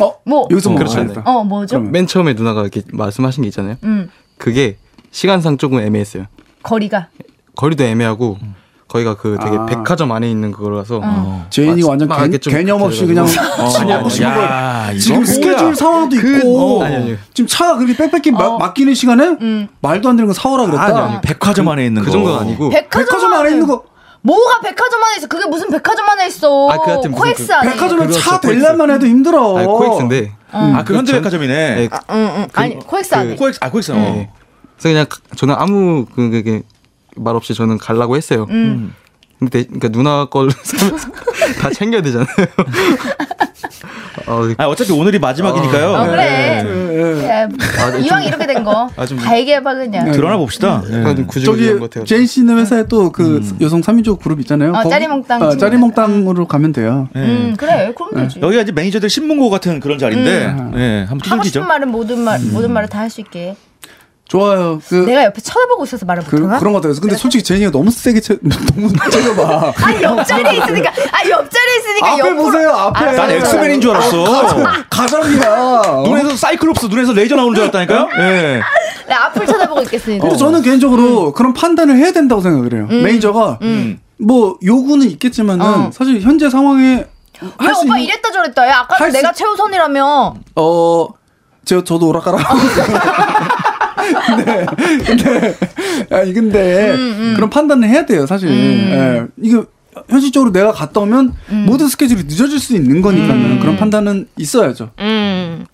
Speaker 1: 어?
Speaker 2: 뭐?
Speaker 1: 여기서
Speaker 7: 어,
Speaker 1: 먹어야
Speaker 7: 그렇지
Speaker 1: 겠다
Speaker 2: 어, 뭐죠?
Speaker 1: 그러면.
Speaker 7: 맨 처음에 누나가 이렇게 말씀하신 게 있잖아요.
Speaker 2: 음.
Speaker 7: 그게 시간상 조금 애매했어요.
Speaker 2: 거리가
Speaker 7: 거리도 애매하고 거기가 그 되게
Speaker 1: 아. 어.
Speaker 7: 백화점 안에 있는 거라서
Speaker 1: 제인이가 완전
Speaker 7: 막
Speaker 1: 개,
Speaker 7: 이렇게 좀
Speaker 1: 개념 없이 그냥
Speaker 7: 그래가지고.
Speaker 1: 지금
Speaker 7: 어,
Speaker 1: 먹고 싶은 걸
Speaker 3: 야, 이거
Speaker 1: 지금
Speaker 3: 뭐야.
Speaker 1: 스케줄 상황도
Speaker 3: 그-
Speaker 1: 있고
Speaker 3: 어.
Speaker 7: 뭐. 아니, 아니.
Speaker 1: 지금 차가 그렇게 빽빽히 마-
Speaker 2: 어. 음.
Speaker 1: 맡기는 시간에 말도 안 되는 거 사오라 그랬다.
Speaker 3: 아니, 아니, 백화점 안에 있는
Speaker 7: 그
Speaker 3: 거.
Speaker 7: 정도는 아니고
Speaker 1: 어.
Speaker 2: 백화점,
Speaker 1: 백화점 안에 있는 거
Speaker 2: 뭐가 백화점 안에 있어? 그게 무슨 백화점 안에 있어?
Speaker 7: 아, 그 하여튼 무슨
Speaker 2: 코엑스
Speaker 7: 그-
Speaker 2: 안에.
Speaker 1: 백화점에
Speaker 7: 그렇죠,
Speaker 1: 차
Speaker 7: 코엑스.
Speaker 1: 되려면 해도 힘들어.
Speaker 7: 아니, 코엑스인데
Speaker 3: 아, 그 현대백화점이네.
Speaker 7: 네,
Speaker 2: 응, 응. 아니, 코엑스 안에.
Speaker 3: 코엑스, 아, 코엑스.
Speaker 7: 네. 그래서 그냥 가- 저는 아무 그- 그게 말 없이 저는 가려고 했어요. 음. 근데 대- 그러니까 누나 걸로 사면서 다 챙겨야 되잖아요. 어,
Speaker 3: 아, 어차피 오늘이 마지막이니까요.
Speaker 2: 어, 그래.
Speaker 1: 예, 예.
Speaker 2: 야, 이왕 이렇게 된 거.
Speaker 7: 아, 좀-
Speaker 2: 다 얘기해봐, 그냥.
Speaker 3: 네. 드러나 봅시다.
Speaker 7: 약간 좀 구질구질한
Speaker 1: 네. 저기
Speaker 7: 것 같아요.
Speaker 1: 제인 씨네 회사에 또 그
Speaker 3: 음.
Speaker 1: 여성 3인조 그룹 있잖아요.
Speaker 2: 어, 짜리몽땅
Speaker 1: 아,
Speaker 2: 친구들.
Speaker 1: 짜리몽땅으로 가면 돼요.
Speaker 3: 네.
Speaker 2: 음, 그래. 그럼 되지.
Speaker 3: 여기가 이제 매니저들 신문고 같은 그런 자리인데,
Speaker 1: 음.
Speaker 3: 예, 한번
Speaker 2: 하고
Speaker 3: 두들기죠.
Speaker 2: 싶은 말은 모든 말, 모든 말을 다 할 수 있게.
Speaker 1: 좋아요. 그
Speaker 2: 내가 옆에 쳐다보고 있어서 말을
Speaker 1: 그,
Speaker 2: 못하나?
Speaker 1: 그런 것 같아요. 근데 솔직히 제니가 너무 세게 채, 너무 세게 봐.
Speaker 2: 아, 옆자리에 있으니까. 아, 옆자리에 있으니까
Speaker 1: 앞에
Speaker 2: 옆으로. 아,
Speaker 1: 보세요. 앞에. 아,
Speaker 3: 난 엑스맨인 줄 알았어. 음.
Speaker 1: 가장이야.
Speaker 3: 눈에서 사이클롭스, 눈에서 레이저 나오는 줄 알았다니까요? 예.
Speaker 2: 네, 앞을 쳐다보고 있겠습니다.
Speaker 3: 어.
Speaker 1: 근데
Speaker 3: 음.
Speaker 1: 저는 개인적으로 그런 판단을 해야 된다고 생각을 해요. 매니저가
Speaker 3: 음.
Speaker 1: 뭐 요구는 있겠지만은
Speaker 2: 음. 어.
Speaker 1: 사실 현재 상황에
Speaker 2: 왜
Speaker 1: 할 수
Speaker 2: 오빠
Speaker 1: 있는
Speaker 2: 이랬다 저랬다. 야, 아까
Speaker 1: 할 수-
Speaker 2: 내가 최우선이라며.
Speaker 1: 어, 저, 저도 오락가락. 근데, 근데, 네. 아니,
Speaker 2: 음,
Speaker 1: 근데, 그런 판단을 해야 돼요, 사실. 예, 이게, 현실적으로 내가 갔다 오면
Speaker 2: 음.
Speaker 1: 모든 스케줄이 늦어질 수 있는 거니까요. 그런 판단은 있어야죠.
Speaker 2: 음.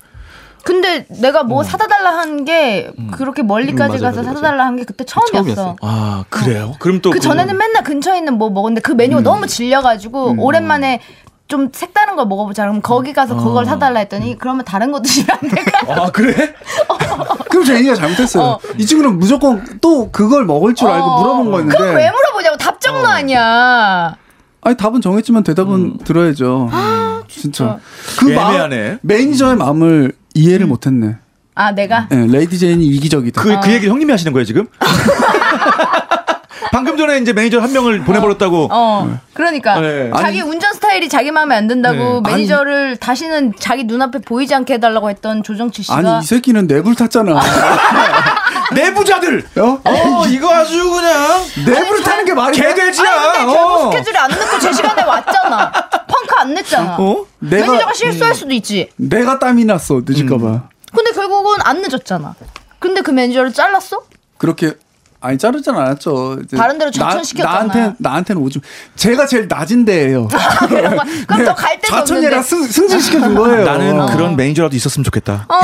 Speaker 2: 근데 내가
Speaker 1: 음.
Speaker 2: 뭐 사다 달라 한 게 그렇게 멀리까지
Speaker 7: 음, 맞아,
Speaker 2: 가서
Speaker 7: 맞아,
Speaker 2: 사다
Speaker 7: 맞아.
Speaker 2: 달라 한 게 그때 처음이었어.
Speaker 7: 처음이었어요.
Speaker 3: 아, 그래요? 그럼 또.
Speaker 2: 그 전에는 맨날 근처에 있는 뭐 먹었는데 그
Speaker 1: 음.
Speaker 2: 메뉴가 너무 질려가지고 오랜만에 좀 색다른 걸 먹어보자. 그럼 거기 가서
Speaker 1: 아.
Speaker 2: 그걸 사달라 했더니 그러면 다른 거 드시면 안 될까?
Speaker 3: 아, 그래?
Speaker 1: 그럼 제 얘기가 잘못했어요. 이 친구는 무조건 또 그걸 먹을 줄 알고
Speaker 2: 어.
Speaker 1: 아, 물어본 거였는데. 아,
Speaker 2: 그럼 왜 물어보냐고 답정너 아니야.
Speaker 1: 아니, 답은 정했지만 대답은 들어야죠.
Speaker 2: 아,
Speaker 1: 음, 진짜. 그
Speaker 3: 음. 애매하네.
Speaker 1: 마음, 매니저의 마음을 이해를 못했네.
Speaker 2: 아 내가
Speaker 1: 예, 레이디 제인이 이기적이다.
Speaker 3: 그,
Speaker 2: 어.
Speaker 3: 그 얘기를 형님이 하시는 거예요, 지금? 방금 전에 이제 매니저 한 명을 보내버렸다고.
Speaker 2: 어 그러니까
Speaker 3: 네.
Speaker 2: 자기 운전 스타일이 자기 마음에 안 든다고 매니저를 다시는 자기 눈앞에 보이지 않게 해달라고 했던 조정치 씨가
Speaker 1: 아니, 이 새끼는 내굴 탔잖아.
Speaker 3: 내부자들!
Speaker 1: 어?
Speaker 3: 어, 이거 아주 그냥.
Speaker 1: 내부를 타는 게 말이 돼?
Speaker 2: 아니
Speaker 3: 개돼지야!
Speaker 2: 근데 결국
Speaker 3: 어.
Speaker 2: 스케줄에 안 넣고 제 시간에 왔잖아. 펑크 안 냈잖아.
Speaker 3: 어?
Speaker 1: 내가
Speaker 2: 매니저가 실수할 수도 있지.
Speaker 1: 내가 땀이 났어 늦을까봐
Speaker 2: 음. 근데 결국은 안 늦었잖아. 근데 그 매니저를 잘랐어?
Speaker 1: 그렇게 아니 자르진 않았죠. 이제
Speaker 2: 다른 데로
Speaker 1: 나-
Speaker 2: 좌천시켰잖아요.
Speaker 1: 나한테 나한테는 오줌 제가 제일 낮은 데예요.
Speaker 2: 그런 거야. 그럼 더 갈 데가
Speaker 1: 네. 좌천이라
Speaker 2: 없는데.
Speaker 1: 승, 승진시켜 준 거예요. 어.
Speaker 3: 나는 그런 매니저라도 있었으면 좋겠다.
Speaker 2: 어...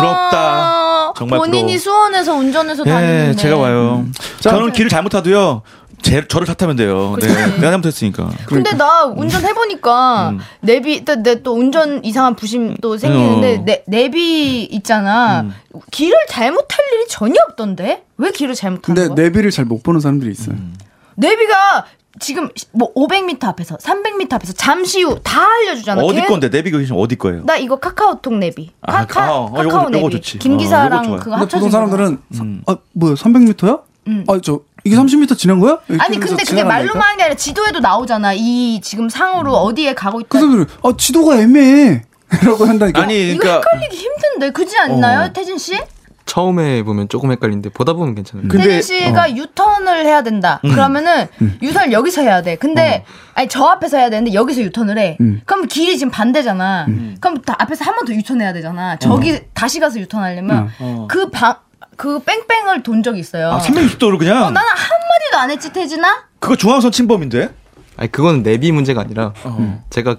Speaker 3: 부럽다. 정말
Speaker 2: 본인이
Speaker 3: 부러워.
Speaker 2: 수원에서 운전해서 다니는데.
Speaker 3: 예, 제가 와요.
Speaker 2: 음.
Speaker 3: 저는 길을 잘못 타도요. 제, 저를 탓하면 돼요. 네.
Speaker 2: 그렇지.
Speaker 3: 내가 잘못했으니까. 음.
Speaker 2: 근데 나 운전 해보니까 내비 또- 내, 또 운전 이상한 부심도 생기는데
Speaker 3: 어. 음.
Speaker 2: 내, 내비 있잖아 길을 잘못할 일이 전혀 없던데 왜 길을 잘못하는
Speaker 1: 근데
Speaker 2: 거야?
Speaker 1: 내비를 잘 못 보는 사람들이 있어요.
Speaker 3: 음.
Speaker 2: 내비가 지금 뭐 500m 앞에서 300m 앞에서 잠시 후 다 알려주잖아.
Speaker 3: 어디
Speaker 2: 걔-
Speaker 3: 건데? 내비게이션 어디 거예요?
Speaker 2: 나 이거 카카오톡 내비.
Speaker 3: 아,
Speaker 2: 카카,
Speaker 3: 아, 어,
Speaker 2: 카카오
Speaker 3: 요거- 요거
Speaker 2: 내비.
Speaker 3: 좋지. 어,
Speaker 2: 김
Speaker 3: 요거
Speaker 2: 기사랑
Speaker 3: 좋아요.
Speaker 2: 그거
Speaker 1: 근데
Speaker 2: 합쳐진
Speaker 1: 보통 사람들은 사-
Speaker 3: 음.
Speaker 1: 아 뭐야 300m야?
Speaker 2: 음.
Speaker 1: 아저 이게 30m 지난 거야?
Speaker 2: 거야.
Speaker 1: 이렇게
Speaker 2: 아니
Speaker 1: 하면서
Speaker 2: 근데 그게
Speaker 1: 지나간다니까?
Speaker 2: 말로만 하는 게 아니라 지도에도 나오잖아. 이 지금 상으로
Speaker 3: 음.
Speaker 2: 어디에 가고
Speaker 1: 그
Speaker 2: 있다.
Speaker 1: 사람들은 아 지도가 애매해라고 한다니까.
Speaker 3: 아니,
Speaker 2: 이거
Speaker 3: 그러니까. 어.
Speaker 2: 헷갈리기 힘든데 그지 않나요, 태진 씨?
Speaker 7: 처음에 보면 조금 헷갈리는데 보다 보면 괜찮아요.
Speaker 1: 그
Speaker 2: 태진 씨가 유턴을 해야 된다. 그러면은 유턴을 여기서 해야 돼. 근데 아니 저 앞에서 해야 되는데 여기서 유턴을 해. 그럼 길이 지금 반대잖아. 음. 그럼 다 앞에서 한 번 더 유턴해야 되잖아. 저기 다시 가서 유턴하려면 그 방 그 뺑뺑을 돈 적이 있어요.
Speaker 3: 아, 360도로 그냥.
Speaker 2: 나는 한 마디도 안 했지 태진아.
Speaker 3: 그거 중앙선 침범인데?
Speaker 7: 아니 그거는 내비 문제가 아니라
Speaker 1: 어.
Speaker 7: 음. 제가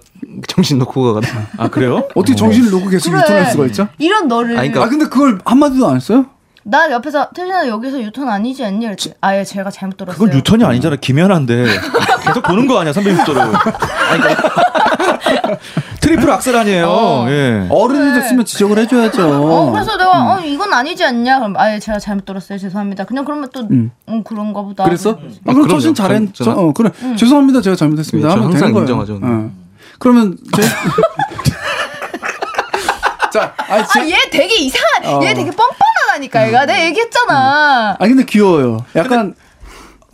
Speaker 7: 정신 놓고 가거든.
Speaker 3: 아 그래요?
Speaker 1: 어떻게 정신을 놓고 계속
Speaker 2: 그래.
Speaker 1: 유턴할 수가 있죠?
Speaker 2: 이런 너를
Speaker 7: 아니,
Speaker 1: 아
Speaker 7: 그러니까-
Speaker 1: 근데 그걸 한마디도 안 했어요?
Speaker 2: 나 옆에서 태진아 여기서 유턴 아니지 않니? 이랬지. 아예 제가 잘못 들었어요.
Speaker 3: 그건 유턴이 아니잖아. 김연아인데 계속 보는 거 아니야 360도로. 트리플 악셀 아니에요. 예.
Speaker 1: 어른이 됐으면 지적을 해줘야죠.
Speaker 2: 네. 어, 그래서 내가, 어, 이건 아니지 않냐? 그럼, 아예 제가 잘못 들었어요. 죄송합니다. 그냥 그러면 또, 음, 그런가 보다.
Speaker 1: 그랬어?
Speaker 7: 아,
Speaker 1: 그럼
Speaker 7: 그럼요.
Speaker 1: 정신 잘했.
Speaker 7: 저는-
Speaker 1: 어, 그래.
Speaker 2: 음.
Speaker 1: 죄송합니다. 제가 잘못했습니다.
Speaker 7: 예, 저
Speaker 1: 하면
Speaker 7: 항상
Speaker 1: 되는 거예요.
Speaker 7: 인정하죠, 저는.
Speaker 1: 어. 그러면 제 자, 아니, 제...
Speaker 2: 아, 얘 되게 이상한,
Speaker 1: 어.
Speaker 2: 얘 되게 뻔뻔하다니까, 얘가. 내가 얘기했잖아.
Speaker 1: 아니 근데 귀여워요. 약간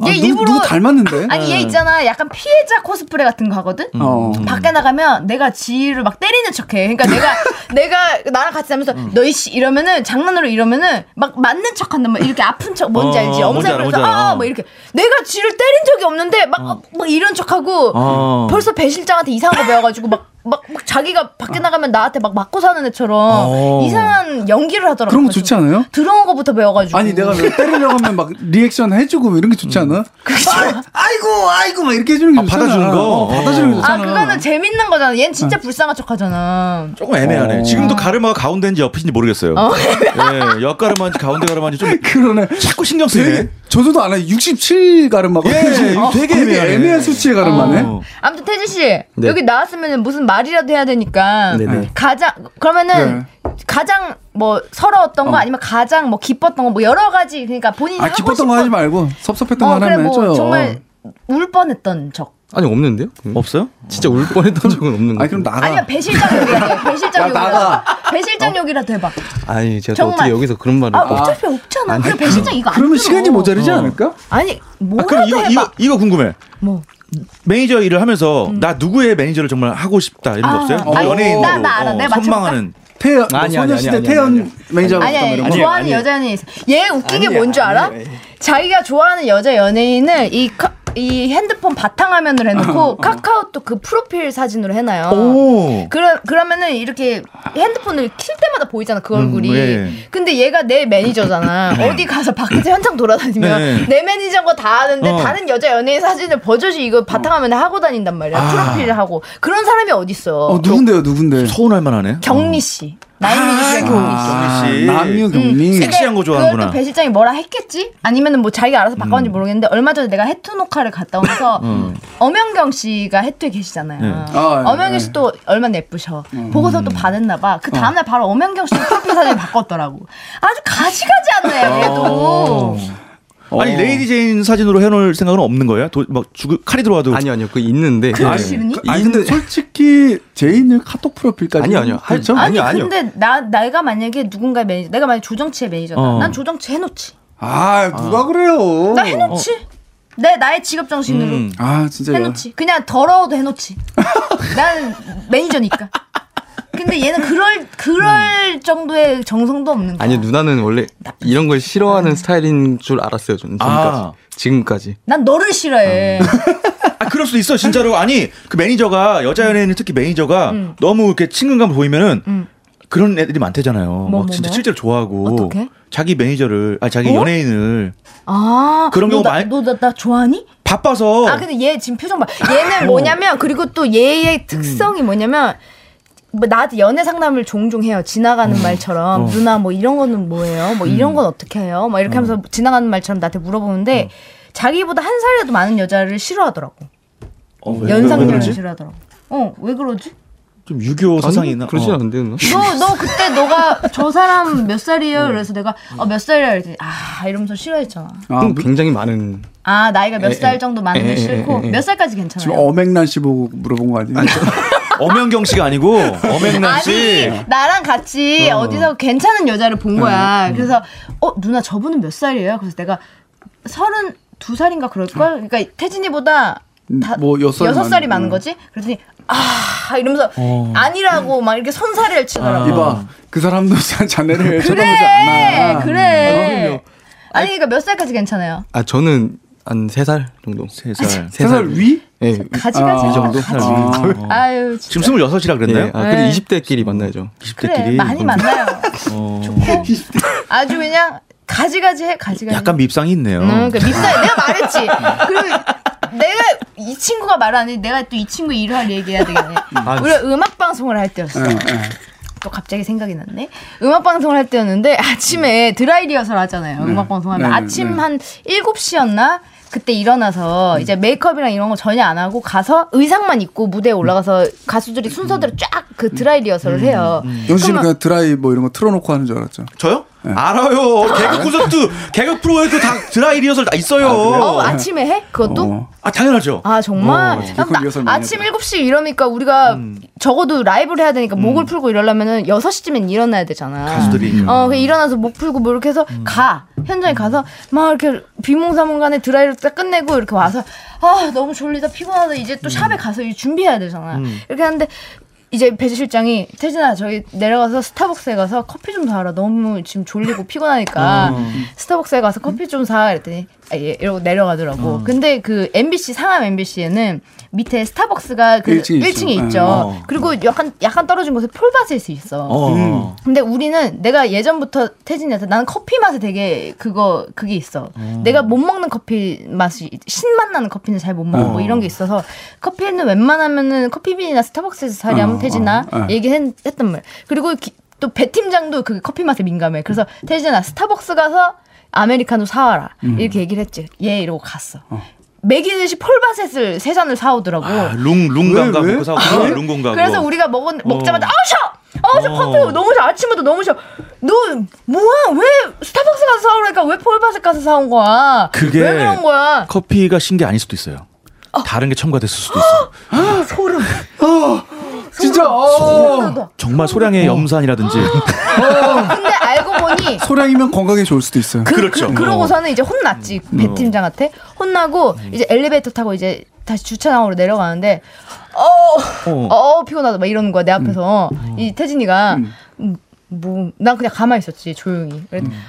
Speaker 2: 얘
Speaker 1: 아, 누구,
Speaker 2: 일부러-
Speaker 1: 누구 닮았는데. 네.
Speaker 2: 아니, 얘 있잖아. 약간 피해자 코스프레 같은 거 하거든?
Speaker 1: 어.
Speaker 2: 밖에 나가면 내가 지를 막 때리는 척해. 그러니까 내가 내가 나랑 같이 자면서
Speaker 1: 음.
Speaker 2: 너이씨 이러면은 장난으로 이러면은 막 맞는 척한다. 막 이렇게 아픈 척 뭔지
Speaker 3: 어,
Speaker 2: 알지?
Speaker 3: 뭔지 알아,
Speaker 2: 엄살을 해서
Speaker 3: 뭔지 알아.
Speaker 2: 아뭐 이렇게 내가 지를 때린 적이 없는데 막
Speaker 1: 어.
Speaker 2: 어, 막 이런 척하고
Speaker 3: 어.
Speaker 2: 벌써 배 실장한테 이상한 거 배워가지고 막. 막, 막 자기가 밖에 나가면 나한테 막 맞고 사는 애처럼
Speaker 3: 어.
Speaker 2: 이상한 연기를 하더라고.
Speaker 1: 그런 거 좋지 않아요?
Speaker 2: 들어온 거부터 배워가지고.
Speaker 1: 아니 내가 왜 때리려고 하면 막 리액션 해주고 뭐 이런 게 좋지
Speaker 2: 음.
Speaker 1: 않아? 아, 아이고 아이고 막 이렇게 해주는 게
Speaker 3: 아,
Speaker 1: 좋잖아.
Speaker 3: 받아주는 거?
Speaker 1: 어, 받아주는 게
Speaker 3: 어.
Speaker 1: 좋잖아.
Speaker 2: 아 그거는 재밌는 거잖아. 얘는 진짜 불쌍한 척하잖아.
Speaker 3: 조금 애매하네.
Speaker 1: 어.
Speaker 3: 지금도 가르마가 가운데인지 옆인지 모르겠어요. 예, 옆가르마인지 가운데 가르마인지 좀
Speaker 2: 그러니까
Speaker 1: 그러네.
Speaker 3: 자꾸 신경 쓰이네.
Speaker 1: 되게 저도 알아요. 67 가름하고
Speaker 3: 예, 이거 되게 애매하네.
Speaker 1: 애매한 수치의 가름하네.
Speaker 3: 어.
Speaker 2: 아무튼 태진 씨 여기 나왔으면 무슨 말이라도 해야 되니까
Speaker 7: 네. 네네.
Speaker 2: 가장 그러면은
Speaker 1: 네.
Speaker 2: 가장 뭐 서러웠던
Speaker 7: 어.
Speaker 2: 거 아니면 가장 뭐 기뻤던 거 뭐 여러 가지 그러니까 본인이
Speaker 1: 아
Speaker 2: 하고
Speaker 1: 기뻤던 거
Speaker 2: 싶은-
Speaker 1: 하지 말고 섭섭했던 거
Speaker 2: 어, 그래
Speaker 1: 하나만
Speaker 2: 뭐
Speaker 1: 해줘요.
Speaker 2: 정말 울 뻔했던 적
Speaker 7: 아니 없는데요? 그
Speaker 3: 없어요?
Speaker 7: 진짜 울 뻔했던 적은 없는데.
Speaker 1: 아니 그럼 나가.
Speaker 2: 아니면 배실장 욕이라도 해 배실장
Speaker 1: 야, 나가.
Speaker 2: 욕이라도 배실장 욕이라도 해봐
Speaker 7: 아니, 제가 또
Speaker 2: 정말.
Speaker 7: 어떻게 여기서 그런 말을
Speaker 2: 아
Speaker 7: 또-
Speaker 2: 어차피 없잖아 그래 배실장 이거 안
Speaker 1: 그러면
Speaker 2: 들어.
Speaker 1: 시간이 모자르지 않을까?
Speaker 2: 아니
Speaker 3: 아,
Speaker 2: 뭐라도
Speaker 3: 그럼 이거
Speaker 2: 해봐
Speaker 3: 이거 이거 궁금해.
Speaker 2: 뭐 음.
Speaker 3: 매니저 일을 하면서 나 누구의 매니저를 정말 하고 싶다 이런 거
Speaker 2: 아,
Speaker 3: 없어요? 뭐
Speaker 2: 아니,
Speaker 3: 연예인
Speaker 2: 나- 나 알아. 내가
Speaker 3: 선망하는
Speaker 1: 태연 뭐
Speaker 7: 아니, 아니,
Speaker 1: 소녀시대
Speaker 7: 아니, 아니, 아니,
Speaker 1: 태연
Speaker 7: 아니.
Speaker 1: 매니저
Speaker 2: 아니, 아니,
Speaker 1: 같은
Speaker 2: 아니,
Speaker 1: 거
Speaker 2: 좋아하는 여자 연예인 있어. 얘 웃긴 게 뭔 줄 알아? 자기가 좋아하는 여자 연예인을 이, 커- 이 핸드폰 바탕화면으로 해놓고 카카오톡 그 프로필 사진으로 해놔요.
Speaker 3: 오.
Speaker 2: 그러, 그러면은 이렇게 핸드폰을 킬 때마다 보이잖아, 그 얼굴이.
Speaker 3: 예.
Speaker 2: 근데 얘가 내 매니저잖아. 어디 가서 밖에서 현장 돌아다니면
Speaker 3: 네.
Speaker 2: 내 매니저인 거 다 아는데
Speaker 3: 어.
Speaker 2: 다른 여자 연예인 사진을 버젓이 이거 바탕화면에 하고 다닌단 말이야. 프로필을 하고. 그런 사람이 어딨어.
Speaker 1: 어 누군데요 누군데?
Speaker 3: 서운할 만하네.
Speaker 2: 경리 씨. 나인미 씨, 경리 씨.
Speaker 3: 경리 씨.
Speaker 1: 남유
Speaker 3: 음.
Speaker 1: 경리.
Speaker 3: 섹시- 섹시한 거 좋아하는구나. 음.
Speaker 2: 그걸 또 배실장이 뭐라 했겠지? 아니면은 뭐 자기가 알아서 바꿨는지 모르겠는데 얼마 전에 내가 해투노카를 갔다 오면서 엄영경 씨가 해투에 계시잖아요.
Speaker 3: 네.
Speaker 1: 아, 예, 음.
Speaker 2: 엄영경
Speaker 1: 예.
Speaker 2: 씨 또 얼마나 예쁘셔. 보고서 또 반했나 봐.
Speaker 3: 어.
Speaker 2: 그 다음날 바로 엄영경 씨 프로필 사진 바꿨더라고. 아주 가지가지 않네.
Speaker 3: 어.
Speaker 2: 그래도
Speaker 3: 아니
Speaker 1: 어.
Speaker 3: 레이디 제인 사진으로 해놓을 생각은 없는 거예요? 도, 막 죽을 칼이 들어와도
Speaker 7: 아니요, 아니요. 그거 있는데.
Speaker 2: 그 싫으니?
Speaker 1: 아니 근데 솔직히 제인을 카톡 프로필까지
Speaker 7: 아니요, 아니요. 할-
Speaker 1: 그렇죠?
Speaker 2: 아니,
Speaker 7: 아니요, 아니요.
Speaker 2: 근데 나 내가 만약에 누군가의 매니저, 내가 만약 조정치의 매니저다.
Speaker 3: 어.
Speaker 2: 난 조정치 해놓지.
Speaker 1: 아 누가 그래요?
Speaker 2: 나 해놓지. 내 나의 직업 정신으로.
Speaker 3: 음.
Speaker 1: 아 진짜 이거.
Speaker 2: 해놓지. 그냥 더러워도 해놓지. 나는 매니저니까. 근데 얘는 그럴 그럴
Speaker 3: 음.
Speaker 2: 정도의 정성도 없는 거야.
Speaker 7: 아니 누나는 원래 이런 걸 싫어하는 스타일인 줄 알았어요 저는 지금까지
Speaker 3: 아.
Speaker 7: 지금까지
Speaker 2: 난 너를 싫어해.
Speaker 3: 아, 그럴 수도 있어, 진짜로. 아니, 그 매니저가, 여자 연예인은 특히 매니저가
Speaker 2: 음.
Speaker 3: 너무 이렇게 친근감 보이면은 그런 애들이 많대잖아요.
Speaker 2: 뭐,
Speaker 3: 막 진짜
Speaker 2: 뭐?
Speaker 3: 실제로 좋아하고.
Speaker 2: 어떡해? 어?
Speaker 3: 자기 매니저를, 아, 자기 연예인을
Speaker 2: 아
Speaker 3: 그런 경우
Speaker 2: 너 나-
Speaker 3: 많이-
Speaker 2: 너
Speaker 3: 어.
Speaker 2: 나- 나 좋아하니?
Speaker 3: 바빠서.
Speaker 2: 아 근데 얘 지금 표정 봐.
Speaker 3: 어.
Speaker 2: 얘는 뭐냐면 그리고 또 얘의
Speaker 3: 음.
Speaker 2: 특성이 뭐냐면 뭐 나한테 연애 상담을 종종 해요. 지나가는
Speaker 3: 음.
Speaker 2: 말처럼
Speaker 3: 어.
Speaker 2: 누나 뭐 이런 거는 뭐예요? 뭐 이런 건 어떻게 해요? 막 이렇게 하면서 지나가는 말처럼 나한테
Speaker 3: 음.
Speaker 2: 물어보는데 자기보다 한 살이라도 많은 여자를 싫어하더라고.
Speaker 3: 어, 왜- 왜
Speaker 2: 연상녀를
Speaker 3: 그러지?
Speaker 2: 싫어하더라고. 어 왜 그러지?
Speaker 3: 좀 유교 사상이 있나?
Speaker 7: 그러진
Speaker 3: 어.
Speaker 7: 않은데 누나
Speaker 2: 너, 너 그때 너가 저 사람 몇 살이에요? 그래서 내가 어, 몇 살이야? 그랬더니 아 이러면서 싫어했잖아.
Speaker 1: 아,
Speaker 7: 음, 그럼 굉장히 많은
Speaker 2: 아 나이가 몇
Speaker 7: 에,
Speaker 2: 살
Speaker 7: 에.
Speaker 2: 정도 많은
Speaker 7: 에,
Speaker 2: 게
Speaker 7: 에,
Speaker 2: 싫고
Speaker 7: 에, 에.
Speaker 2: 몇 살까지
Speaker 1: 지금
Speaker 2: 괜찮아요?
Speaker 1: 어맹란 씨 보고 물어본 거 아니에요?
Speaker 3: 엄연경 씨가 아니고, 엄연란 씨.
Speaker 2: 아니 나랑 같이 어. 디서 괜찮은 여자를 본 거야. 그래서 어 누나 저분은 몇 살이에요? 그래서 내가 서른 두 살인가 그럴걸? 그러니까 태진이보다 다
Speaker 1: 뭐 여섯 살
Speaker 2: 여섯 살이
Speaker 1: 많은
Speaker 2: 많은 거지? 그랬더니 아 이러면서 아니라고 막 이렇게 손사래를 치더라고.
Speaker 1: 이봐 그 사람도 자네를
Speaker 2: 어. 그래
Speaker 1: 쳐다보지 않아.
Speaker 2: 그래 아니 그러니까 몇 살까지 괜찮아요
Speaker 7: 아 저는 한 세 살 정도
Speaker 3: 세 살. 네.
Speaker 1: 세살 위?
Speaker 7: 예.
Speaker 2: 가지가지
Speaker 1: 아, 이
Speaker 7: 정도?
Speaker 2: 가지가지 아유 진짜
Speaker 3: 지금 스물여섯이라 그랬나요?
Speaker 7: 예. 아, 그래
Speaker 2: 네.
Speaker 7: 20대끼리 만나야죠
Speaker 2: 그래
Speaker 3: 20대끼리.
Speaker 2: 많이 만나요 좋고 아주 그냥 가지가지 음, 그러니까 해 가지가지
Speaker 3: 약간 밉상이 있네요.
Speaker 2: 음, 그 밉살 내가 말했지 그리고 내가 이 친구가 말을 안 해. 내가 또 이 친구 일할 얘기해야 되겠네. 우리 가 음악 방송을 할
Speaker 7: 아.
Speaker 2: 때였어.
Speaker 1: 예,
Speaker 2: 또 갑자기 생각이 났네. 음악 방송을 할 때였는데 아침에 드라이 리허설 하잖아요. 음악 방송하면
Speaker 1: 네, 네,
Speaker 2: 아침
Speaker 1: 네. 음.
Speaker 2: 한 7시였나? 그때 일어나서 이제 메이크업이랑 이런 거 전혀 안 하고 가서 의상만 입고 무대에 올라가서 가수들이 순서대로
Speaker 1: 음.
Speaker 2: 쫙 그 드라이 리허설을 해요.
Speaker 1: 영수 씨는 그냥 드라이 뭐 이런 거 틀어놓고 하는 줄 알았죠.
Speaker 3: 저요? 알아요. 개그 콘서트, 개그 프로에도 다 드라이 리허설 다 있어요.
Speaker 2: 어, 아침에 해? 그것도?
Speaker 1: 네. 어.
Speaker 3: 아, 당연하죠.
Speaker 2: 아 정말
Speaker 1: 어,
Speaker 2: 나-
Speaker 1: 그걸 리허설
Speaker 2: 나,
Speaker 1: 많이
Speaker 2: 아침
Speaker 1: 하더라.
Speaker 2: 7시 이러니까 우리가 적어도 라이브를 해야 되니까
Speaker 1: 음.
Speaker 2: 목을 풀고 이러려면은 6시쯤엔 일어나야 되잖아.
Speaker 3: 가수들이.
Speaker 2: 어, 그냥 일어나서 목 풀고 뭐 이렇게 해서
Speaker 1: 음.
Speaker 2: 가. 현장에 가서 막 이렇게 비몽사몽간에 드라이를 딱 끝내고 이렇게 와서 아, 너무 졸리다 피곤하다. 이제
Speaker 1: 음.
Speaker 2: 또 샵에 가서 이 준비해야 되잖아. 이렇게 하는데 이제 배지 실장이 태진아 저희 내려가서 스타벅스에 가서 커피 좀 사라 너무 지금 졸리고 피곤하니까
Speaker 1: 어.
Speaker 2: 스타벅스에 가서 커피 좀 사 이랬더니 아, 예 이러고 내려가더라고
Speaker 1: 어.
Speaker 2: 근데 그 MBC 상암 MBC에는 밑에 스타벅스가 그
Speaker 1: 일층에 있죠.
Speaker 2: 1층에
Speaker 1: 네.
Speaker 2: 있죠
Speaker 3: 어.
Speaker 2: 그리고 약간 약간 떨어진 곳에 폴밭에 있어
Speaker 3: 어.
Speaker 2: 근데 우리는 내가 예전부터 태진이한테 나는 커피 맛에 되게 그거 그게 있어. 내가 못 먹는 커피 맛이 신맛 나는 커피는 잘 못 먹고 뭐 이런 게 있어서 커피는 웬만하면은 커피빈이나 스타벅스에서 사리 하면
Speaker 1: 어,
Speaker 2: 태진아
Speaker 1: 어, 어.
Speaker 2: 얘기했던 말. 그리고 기- 또 배팀장도 그 커피 맛에 민감해. 그래서 태진아 스타벅스 가서 아메리카노 사와라 이렇게 얘기를 했지. 얘 이러고 갔어. 매기듯이 폴바셋을 세 잔을 사오더라고.
Speaker 3: 아, 룽, 룽 감각
Speaker 1: 왜?
Speaker 3: 먹고 사고, 룽 공각.
Speaker 2: 그래서 우리가 먹은 먹자마자 아우 셔! 아우 셔!
Speaker 3: 뭐. 어.
Speaker 2: 커피 너무 셔! 아침부터 너무 셔! 너 뭐야? 왜 스타벅스 가서 사오라니까 왜 폴바스 가서 사온 거야?
Speaker 3: 그게-
Speaker 2: 왜 그런 거야?
Speaker 3: 커피가 신 게 아닐 수도 있어요. 다른 게 첨가됐을 수도 있어.
Speaker 1: 진짜
Speaker 2: 뭐?
Speaker 1: 어.
Speaker 3: 정말 소량의 염산이라든지.
Speaker 2: 근데 알고 보니
Speaker 1: 소량이면 건강에 좋을 수도 있어요.
Speaker 2: 그,
Speaker 3: 그렇죠.
Speaker 2: 러고서는 이제 혼났지
Speaker 3: 음.
Speaker 2: 배 팀장한테 혼나고 이제 엘리베이터 타고 이제 다시 주차장으로 내려가는데 어,
Speaker 3: 어. 음.
Speaker 2: 어, 피곤하다 막 이러는 거야 내 앞에서 어. 이 태진이가 뭐 난 그냥 가만히 있었지 조용히 그래서
Speaker 3: 음.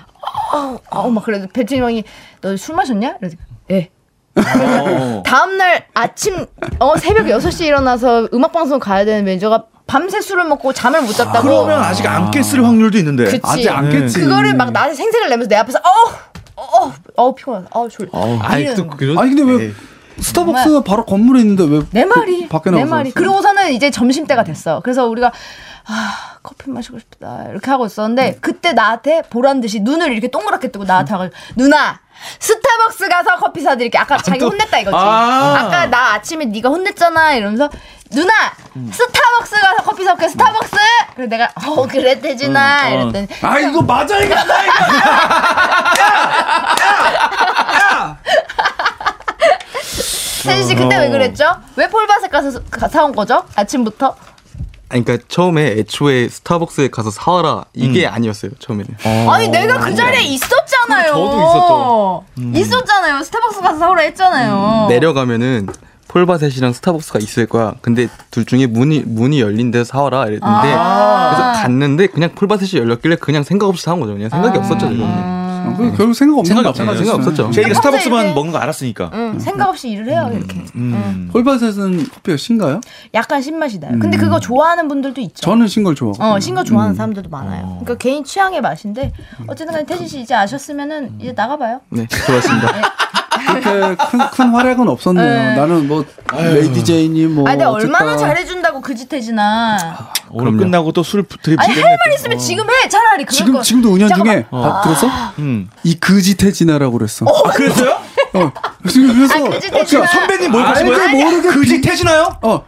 Speaker 2: 어, 어, 막 그래도 배 팀장이 너 술 마셨냐? 그래서 예.
Speaker 3: 어.
Speaker 2: 다음날 아침 어 새벽 6시에 일어나서 음악방송 가야 되는 매니저가 밤새 술을 먹고 잠을 못 잤다고
Speaker 3: 그러면 아직 안 깼을 확률도 있는데.
Speaker 2: 그치. 네.
Speaker 1: 아직
Speaker 7: 음.
Speaker 1: 안 깼지.
Speaker 2: 그거를 막 나한테 생색을 내면서 내 앞에서 어어어 어, 피곤하다 어 졸.
Speaker 7: 아니 또
Speaker 2: 이러는
Speaker 7: 그런
Speaker 1: 아니 근데 왜
Speaker 7: 네.
Speaker 1: 스타벅스가 바로 건물에 있는데 왜
Speaker 2: 내 말이
Speaker 1: 그 밖에
Speaker 2: 내
Speaker 1: 나가서
Speaker 2: 말이 그러고서는 이제 점심 때가 됐어 그래서 우리가 아 커피 마시고 싶다 이렇게 하고 있었는데
Speaker 1: 음.
Speaker 2: 그때 나한테 보란 듯이 눈을 이렇게 동그랗게 뜨고 나한테 와가지고 누나 스타벅스 가서 커피 사드릴게 아까 자기 혼냈다 이거지
Speaker 3: 아.
Speaker 2: 아까 나 아침에 네가 혼냈잖아 이러면서 누나
Speaker 1: 음.
Speaker 2: 스타벅스 가서 커피 사올게 스타벅스 그래서 내가 어 그래 태진아 이랬더니
Speaker 1: 아 이거 맞아 이거 맞아 이거.
Speaker 2: 태진 씨 그때 왜 그랬죠? 왜 폴바셋 가서 사- 사온 거죠? 아침부터?
Speaker 7: 아니, 그러니까 처음에 애초에 스타벅스에 가서 사와라 이게 아니었어요 처음에는.
Speaker 2: 아니 내가 그 자리에
Speaker 1: 음.
Speaker 2: 있었잖아요.
Speaker 7: 저도 있었죠.
Speaker 2: 잖아요 스타벅스 가서 사오라 했잖아요.
Speaker 1: 음.
Speaker 7: 내려가면은 폴바셋이랑 스타벅스가 있을 거야. 근데 둘 중에 문이 문이 열린 데서 사와라 이랬는데
Speaker 2: 아.
Speaker 7: 그래서 갔는데 그냥 폴바셋이 열렸길래 그냥 생각 없이 사온 거죠. 그냥 생각이 없었죠. 저는.
Speaker 1: 아, 그럼 결국 생각 없는
Speaker 7: 생각이
Speaker 1: 거
Speaker 7: 없었죠. 생각 없었죠. 네.
Speaker 3: 제이가 스타벅스만
Speaker 2: 이렇게-
Speaker 3: 먹는 거 알았으니까.
Speaker 2: 응, 음, 생각 없이 일을 해요 이렇게.
Speaker 3: 음.
Speaker 1: 홀바셋은 커피가 신가요?
Speaker 2: 약간 신맛이 나요. 근데 그거 좋아하는 분들도 있죠.
Speaker 1: 음. 저는 음. 어. 신걸 좋아하고.
Speaker 2: 어, 신거 좋아하는 사람들도 많아요. 그러니까 개인 취향의 맛인데
Speaker 1: 음.
Speaker 2: 어쨌든 간에 태진 씨 이제 아셨으면은 이제 나가봐요.
Speaker 7: 네, 들어왔습니다.
Speaker 1: 그렇게 큰, 큰 활약은 없었네요.
Speaker 2: 네.
Speaker 1: 나는 뭐 레이디 제인이 뭐
Speaker 2: 아, 근데
Speaker 1: 어쨌다.
Speaker 2: 얼마나 잘해준다고 그지 태진아.
Speaker 3: 오늘
Speaker 7: 그럼요.
Speaker 3: 끝나고 또 술
Speaker 2: 아니
Speaker 3: 드립치겠네.
Speaker 2: 할 말 있으면 지금 해 차라리 그럴
Speaker 1: 어. 지금
Speaker 2: 거.
Speaker 1: 지금도 은연
Speaker 2: 잠깐만.
Speaker 1: 중에 다 들었어?
Speaker 7: 아.
Speaker 3: 음.
Speaker 1: 이 그지태진아라고 그랬어.
Speaker 3: 아, 그랬어요?
Speaker 1: 어. 그래서 그래서
Speaker 2: 아, 그지태진아.
Speaker 1: 어, 저 선배
Speaker 3: 선배님 뭘
Speaker 1: 아,
Speaker 3: 보신 거예요?
Speaker 1: 알게 모르게
Speaker 3: 그지 태진아요?
Speaker 1: 어.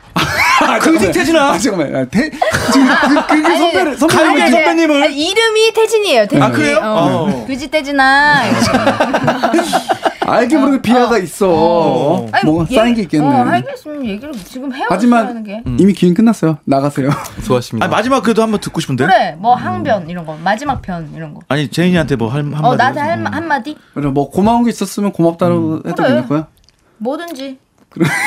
Speaker 1: 아,
Speaker 3: 그지
Speaker 1: 아,
Speaker 3: 태진아.
Speaker 1: 잠깐만. 아, 태, 지금 그, 그, 그 선배를
Speaker 2: 아니,
Speaker 1: 선배를
Speaker 2: 아니,
Speaker 1: 선-
Speaker 3: 선배님을.
Speaker 2: 아니, 이름이 태진이에요. 태진이.
Speaker 3: 아, 그래요? 어.
Speaker 2: 그지 태진아.
Speaker 1: 알게 모르게 비하가 있어.
Speaker 2: 아, 아니,
Speaker 1: 뭔가
Speaker 2: 얘기-
Speaker 1: 쌓인 게 있겠네.
Speaker 2: 어, 알겠으면 얘기를 지금 해요. 하는
Speaker 1: 하지만
Speaker 3: 음,
Speaker 1: 음.
Speaker 2: 게.
Speaker 3: 네?
Speaker 1: 이미 기회 끝났어요. 나가세요.
Speaker 7: 수고하십니다.
Speaker 3: 아 마지막 그래도 한번 듣고 싶은데.
Speaker 2: 그래, 뭐 항변 이런 거, 마지막 편 이런 거.
Speaker 3: 아니 제인이한테 뭐 할 한마디.
Speaker 2: 어, 나한테 할 마- 한마디?
Speaker 1: 그래, 뭐 고마운 게 있었으면 고맙다고 해도
Speaker 2: 음. 그래.
Speaker 1: 되겠고요.
Speaker 2: 뭐든지.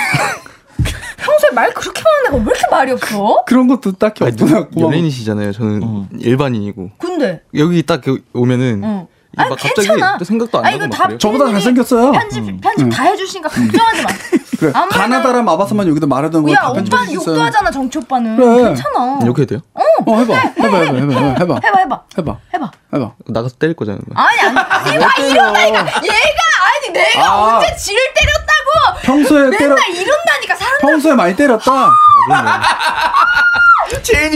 Speaker 2: 평소에 말 그렇게 많은 애가 왜 이렇게 말이 없어?
Speaker 1: 그런 것도 딱히
Speaker 7: 아니, 누-
Speaker 1: 없구나. 고마워.
Speaker 7: 연예인이시잖아요. 저는 일반인이고
Speaker 2: 근데,
Speaker 7: 여기 딱 여- 오면은
Speaker 2: 응.
Speaker 7: 이게
Speaker 2: 아니,
Speaker 7: 막 갑자기
Speaker 2: 괜찮아.
Speaker 7: 또 생각도 안
Speaker 2: 아니,
Speaker 7: 나고
Speaker 2: 이거
Speaker 7: 막
Speaker 2: 다
Speaker 7: 그래요.
Speaker 1: 저보다
Speaker 2: 피디님이
Speaker 1: 잘생겼어요. 음.
Speaker 2: 편집,
Speaker 3: 음.
Speaker 2: 편집 다 해주시니까 걱정하지 마.
Speaker 1: 그래.
Speaker 2: 아무래도-
Speaker 1: 가나다라 마바사만 뭐 여기다 말하던 거야.
Speaker 2: 야, 오빠는 욕도 하잖아, 정치 오빠는.
Speaker 1: 그래.
Speaker 2: 괜찮아.
Speaker 7: 욕해도 돼요?
Speaker 1: 어, 해봐. 해봐, 해봐, 해봐, 해봐, 해봐.
Speaker 2: 해봐, 해봐.
Speaker 1: 해봐.
Speaker 2: 해봐.
Speaker 3: 어.
Speaker 1: 해봐.
Speaker 7: 나가서 때릴 거잖아요.
Speaker 2: 아니 아니 이봐 이런다니까 얘가 아니 내가
Speaker 1: 아.
Speaker 2: 언제 지를 때렸다고
Speaker 1: 평소에 때려
Speaker 8: 맨날 이런다니까 사람
Speaker 1: 평소에 많이 때렸다.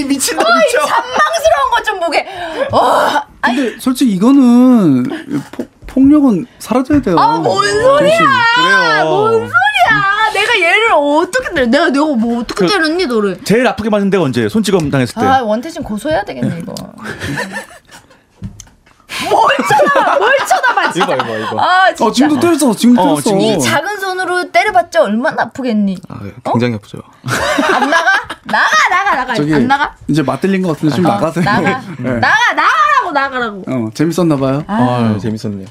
Speaker 3: 제인이 미친다 미쳐.
Speaker 8: 잔망스러운 것 좀 보게. 어,
Speaker 1: 근데 솔직히 이거는 포- 폭력은 사라져야 돼요.
Speaker 8: 아, 뭔 소리야!
Speaker 1: 대신.
Speaker 3: 그래요.
Speaker 8: 뭔 소리야! 아, 내가 얘를 어떻게 때려? 내가 내가 뭐 어떻게
Speaker 3: 그-
Speaker 8: 때렸니 너를?
Speaker 3: 제일 아프게 맞은 데가 언제예요? 손찌검 당했을
Speaker 1: 네.
Speaker 3: 때.
Speaker 8: 아 원태신 고소해야 되겠네 이거. 뭘 쳐다봐, 뭘 쳐다봐 진짜.
Speaker 7: 이거 이거 이거.
Speaker 8: 아 진짜.
Speaker 1: 어 지금도 때렸어. 지금도
Speaker 3: 어,
Speaker 1: 때렸어.
Speaker 3: 지금
Speaker 8: 이 작은 손으로 때려봤자 얼마나 아프겠니?
Speaker 7: 아, 굉장히 아프죠.
Speaker 8: 안 나가? 나가 나가 나가
Speaker 1: 저기
Speaker 8: 안 나가?
Speaker 1: 이제 맞들린 것 같은데 좀
Speaker 8: 어,
Speaker 1: 나가세요.
Speaker 8: 나가
Speaker 1: 네.
Speaker 8: 나가 나가라고 나가라고.
Speaker 1: 어 재밌었나 봐요.
Speaker 7: 아, 재밌었네요.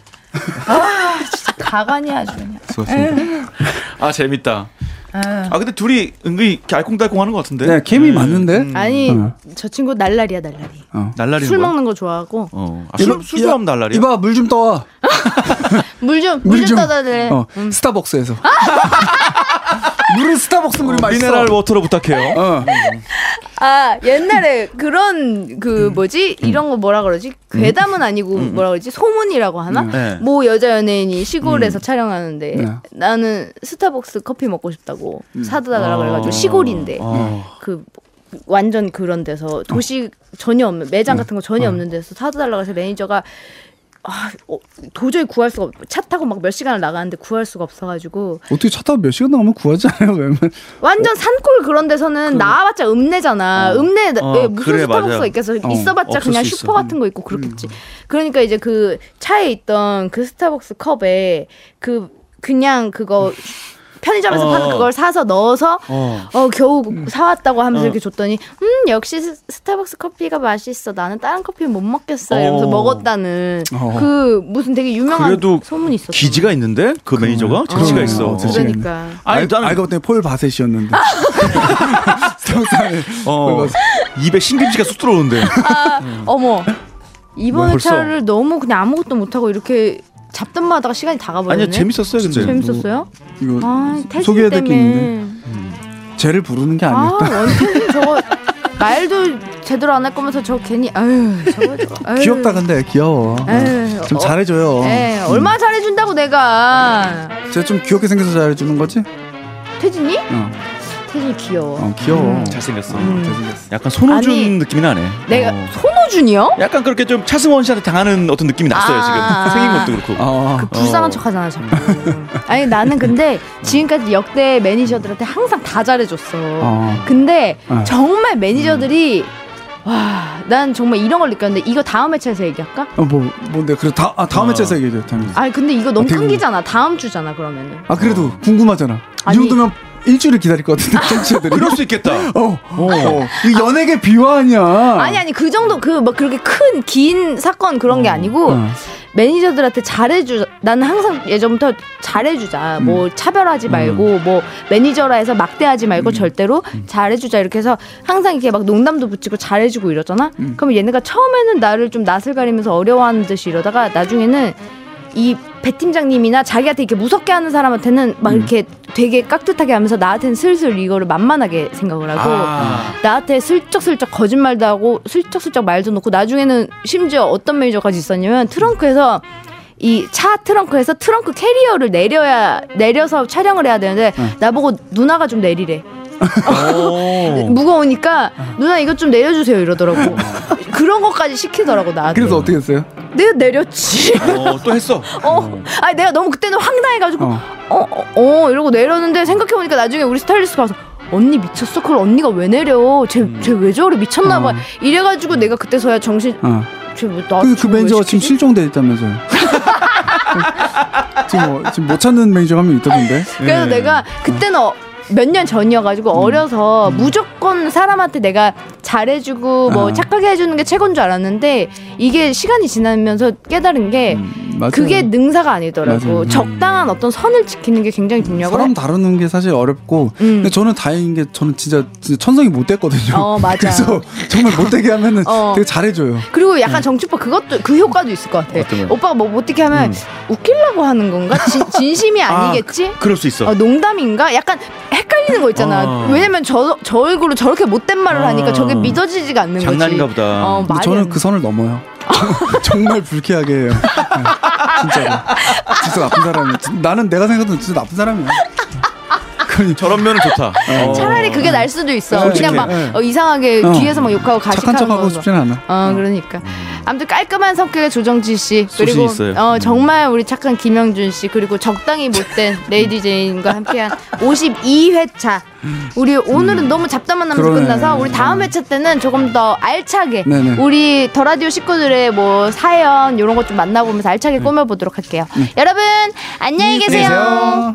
Speaker 8: 가관이 아주 그냥.
Speaker 7: 수고하셨습니다.
Speaker 3: 아 재밌다.
Speaker 8: 아,
Speaker 3: 아 근데 둘이 은근히 이렇게 알콩달콩하는 것 같은데.
Speaker 1: 네 케미 맞는데.
Speaker 3: 음.
Speaker 2: 아니
Speaker 1: 어.
Speaker 2: 저 친구 날라리야 날라리.
Speaker 3: 날라리는
Speaker 2: 술
Speaker 1: 뭐?
Speaker 3: 거야?
Speaker 2: 먹는 거 좋아하고
Speaker 3: 어. 아, 술, 술 좋아하면 날라리야?
Speaker 1: 이봐 물 좀 떠와.
Speaker 2: 물 좀 물 좀 따달래.
Speaker 1: 어,
Speaker 8: 음.
Speaker 1: 스타벅스에서. 물은 스타벅스 물이 맛있어.
Speaker 3: 미네랄 워터로 부탁해요.
Speaker 1: 어.
Speaker 2: 아 옛날에 그런 그 뭐지 이런 거 뭐라 그러지 괴담은 아니고 뭐라 그러지 소문이라고 하나
Speaker 3: 네.
Speaker 2: 뭐 여자 연예인이 시골에서 촬영하는데
Speaker 1: 네.
Speaker 2: 나는 스타벅스 커피 먹고 싶다고 사다 달라고 해가지고 시골인데 그 완전 그런 데서 도시 전혀 없는 매장 같은 거 전혀 없는 데서 사다 달라고 해서 매니저가 아, 어, 도저히 구할 수가 없, 차 타고 막 몇 시간을 나가는데 구할 수가 없어가지고
Speaker 1: 어떻게 차다가 몇 시간 나가면 구하지 않아요? 왜냐면
Speaker 2: 완전 산골 그런 데서는 나와봤자 읍내잖아. 읍내
Speaker 3: 어,
Speaker 2: 왜 무슨
Speaker 3: 그래,
Speaker 2: 스타벅스가
Speaker 3: 맞아요.
Speaker 2: 있겠어?
Speaker 1: 어,
Speaker 2: 있어봤자
Speaker 3: 없을
Speaker 2: 그냥
Speaker 3: 수 있어. 음.
Speaker 2: 슈퍼 같은 거 있고 그렇겠지. 그러니까 이제 그 차에 있던 그 스타벅스 컵에 그 그냥 그거 편의점에서
Speaker 3: 어.
Speaker 2: 파는 그걸 사서 넣어서
Speaker 3: 어.
Speaker 2: 어 겨우 사왔다고 하면서
Speaker 3: 어.
Speaker 2: 이렇게 줬더니 음 역시 스- 스타벅스 커피가 맛있어 나는 다른 커피는 못 먹겠어
Speaker 3: 어.
Speaker 2: 이러면서 먹었다는
Speaker 1: 어.
Speaker 2: 그 무슨 되게 유명한
Speaker 3: 그래도
Speaker 2: 소문이 있었어
Speaker 3: 기지가 있는데 그 매니저가 재치가
Speaker 1: 그러네요.
Speaker 3: 있어.
Speaker 1: 어, 재치-
Speaker 2: 그러니까
Speaker 3: 아니 나는
Speaker 1: 알고 봤더니 폴 바셋이었는데. 스타벅스
Speaker 3: 어, 입에 신김치가 쑥 들어오는데.
Speaker 2: 어머
Speaker 1: 네?
Speaker 2: 이번
Speaker 3: 뭐야, 벌써?
Speaker 2: 회차를 너무 그냥 아무것도 못하고 이렇게 잡담마다가 시간이 다 가버렸네
Speaker 3: 아니요 재밌었어요 근데.
Speaker 2: 어요
Speaker 1: 이거
Speaker 2: 아 태진
Speaker 1: 뭐, 소개해야 될게
Speaker 2: 때문에
Speaker 1: 있는데. 쟤를 부르는 게
Speaker 2: 아
Speaker 1: 아니었다.
Speaker 2: 원태진 저거 말도 제대로 안 할 거면서 저 괜히 아유 저거 저거 아유,
Speaker 1: 귀엽다 근데 귀여워. 네.
Speaker 2: 에이,
Speaker 1: 좀
Speaker 2: 어,
Speaker 1: 잘해줘요.
Speaker 2: 예, 얼마나 잘해준다고 내가
Speaker 1: 제가 좀 귀엽게 생겨서 잘해주는 거지?
Speaker 2: 태진이?
Speaker 1: 어,
Speaker 2: 태진이 귀여워
Speaker 1: 어
Speaker 2: 음.
Speaker 1: 귀여워.
Speaker 3: 잘생겼어.
Speaker 1: 잘생겼어.
Speaker 3: 약간 손호준
Speaker 2: 아니,
Speaker 3: 느낌이 나네.
Speaker 2: 내가
Speaker 3: 어.
Speaker 2: 손호준이요?
Speaker 3: 약간 그렇게 좀 차승원 씨한테 당하는 어떤 느낌이 났어요
Speaker 2: 아, 아,
Speaker 3: 지금.
Speaker 2: 아.
Speaker 3: 생긴 것도 그렇고.
Speaker 1: 어,
Speaker 2: 불쌍한 척하잖아 자꾸 아니 나는 근데 지금까지 역대 매니저들한테 항상 다 잘해줬어
Speaker 1: 어.
Speaker 2: 근데
Speaker 1: 어.
Speaker 2: 정말 매니저들이
Speaker 1: 음.
Speaker 2: 와 난 정말 이런 걸 느꼈는데 이거 다음 회차에서 얘기할까?
Speaker 1: 어, 뭐, 뭔데? 그래, 다, 아, 다음 회차에서 얘기해줘, 다음 회차.
Speaker 2: 아니 근데 이거 너무
Speaker 1: 어떻게
Speaker 2: 끊기잖아 다음 주잖아 그러면은
Speaker 1: 아, 그래도 궁금하잖아. 이
Speaker 2: 아니-
Speaker 1: 정도면 일주일을 기다릴 것 같은데, 청취자들이.
Speaker 3: 그럴 수 있겠다.
Speaker 1: 어, 어. 이 연예계 비화 아니야.
Speaker 2: 아니 아니 그 정도 그 막 그렇게 큰 긴 사건 그런 게 아니고
Speaker 1: 어.
Speaker 2: 매니저들한테 잘해주 나는 항상 예전부터 잘해주자
Speaker 1: 음.
Speaker 2: 뭐 차별하지 말고 뭐 매니저라 해서 막대하지
Speaker 1: 음.
Speaker 2: 말고 절대로 잘해주자 이렇게 해서 항상 이렇게 막 농담도 붙이고 잘해주고 이러잖아
Speaker 1: 음.
Speaker 2: 그럼 얘네가 처음에는 나를 좀 낯을 가리면서 어려워하는 듯이 이러다가 나중에는 이 배 팀장님이나 자기한테 이렇게 무섭게 하는 사람한테는 막 이렇게 되게 깍듯하게 하면서 나한테는 슬슬 이거를 만만하게 생각을 하고 나한테 슬쩍슬쩍 거짓말도 하고 슬쩍슬쩍 말도 놓고 나중에는 심지어 어떤 매니저까지 있었냐면 트렁크에서 이 차 트렁크에서 트렁크 캐리어를 내려야 내려서 촬영을 해야 되는데 나보고 누나가 좀 내리래.
Speaker 3: 어.
Speaker 2: 무거우니까 누나 이거 좀 내려주세요 이러더라고. 그런 것까지 시키더라고 나한테.
Speaker 1: 그래서 어떻게 했어요?
Speaker 2: 내가 내렸지.
Speaker 3: 어, 또 했어.
Speaker 2: 어, 아니 내가 너무 그때는 황당해가지고
Speaker 1: 어.
Speaker 2: 어, 어, 어 이러고 내렸는데 생각해보니까 나중에 우리 스타일리스트 가서 언니 미쳤어? 그걸 언니가 왜 내려?
Speaker 1: 음.
Speaker 2: 쟤쟤왜 저래 미쳤나봐.
Speaker 1: 어.
Speaker 2: 이래가지고 내가 그때서야 정신
Speaker 1: 어.
Speaker 2: 쟤나
Speaker 1: 그, 그 매니저가 지금 실종돼 있다면서요. 지금, 뭐, 지금 못 찾는 매니저가 한 명 있다던데.
Speaker 2: 그래서 내가 그때는 어, 몇 년 전이어가지고
Speaker 1: 음.
Speaker 2: 어려서 무조건 사람한테 내가 잘해주고 뭐
Speaker 1: 아.
Speaker 2: 착하게 해주는 게 최고인 줄 알았는데 이게 시간이 지나면서 깨달은 게
Speaker 1: 음. 맞아요.
Speaker 2: 그게 능사가 아니더라고
Speaker 1: 맞아요. 음.
Speaker 2: 적당한 어떤 선을 지키는 게 굉장히 중요하고
Speaker 1: 사람 다루는 게 사실 어렵고
Speaker 2: 음.
Speaker 1: 근데 저는 다행인 게 저는 진짜, 진짜 천성이 못 됐거든요.
Speaker 2: 어, 맞아.
Speaker 1: 그래서 정말 못되게 하면은
Speaker 2: 어.
Speaker 1: 되게 잘해줘요.
Speaker 2: 그리고 약간 정치파 그것도 그 효과도 있을 것 같아. 오빠가 뭐 어떻게 하면 웃기려고 하는 건가? 진, 진심이 아니겠지?
Speaker 3: 그럴 수 있어.
Speaker 2: 어, 농담인가? 약간 헷갈리는 거 있잖아.
Speaker 3: 어.
Speaker 2: 왜냐면 저, 저 얼굴로 저렇게 못된 말을
Speaker 3: 어.
Speaker 2: 하니까 저게 믿어지지가 않는
Speaker 3: 장난인가
Speaker 2: 거지.
Speaker 3: 보다.
Speaker 2: 어,
Speaker 1: 근데
Speaker 2: 말이
Speaker 1: 저는
Speaker 2: 안
Speaker 1: 그 선을 넘어요. 정말 불쾌하게 해요. 네, 진짜로. 진짜 나쁜 사람이야. 진- 나는 내가 생각해도 진짜 나쁜 사람이야.
Speaker 3: 저런 면은 좋다. 어.
Speaker 2: 차라리 그게 날 수도 있어.
Speaker 3: 솔직해.
Speaker 2: 그냥 막 어, 이상하게
Speaker 1: 어.
Speaker 2: 뒤에서 막 욕하고 가식하는
Speaker 1: 착한
Speaker 2: 거.
Speaker 1: 척하고 싶진 않아.
Speaker 2: 어, 그러니까. 아무튼 깔끔한 성격의 조정지 씨
Speaker 3: 소신
Speaker 2: 그리고
Speaker 3: 있어요.
Speaker 2: 어 정말 우리 착한 김영준 씨 그리고 적당히 못된 레이디 제인과 함께한 52회차 우리 오늘은 너무 잡담만 하면서
Speaker 1: 그러네.
Speaker 2: 끝나서 우리 다음 회차 때는 조금 더 알차게
Speaker 1: 네네.
Speaker 2: 우리 더 라디오 식구들의 뭐 사연 이런 것 좀 만나보면서 알차게 꾸며보도록 할게요. 여러분 안녕히 계세요.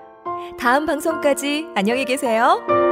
Speaker 5: 다음 방송까지 안녕히 계세요.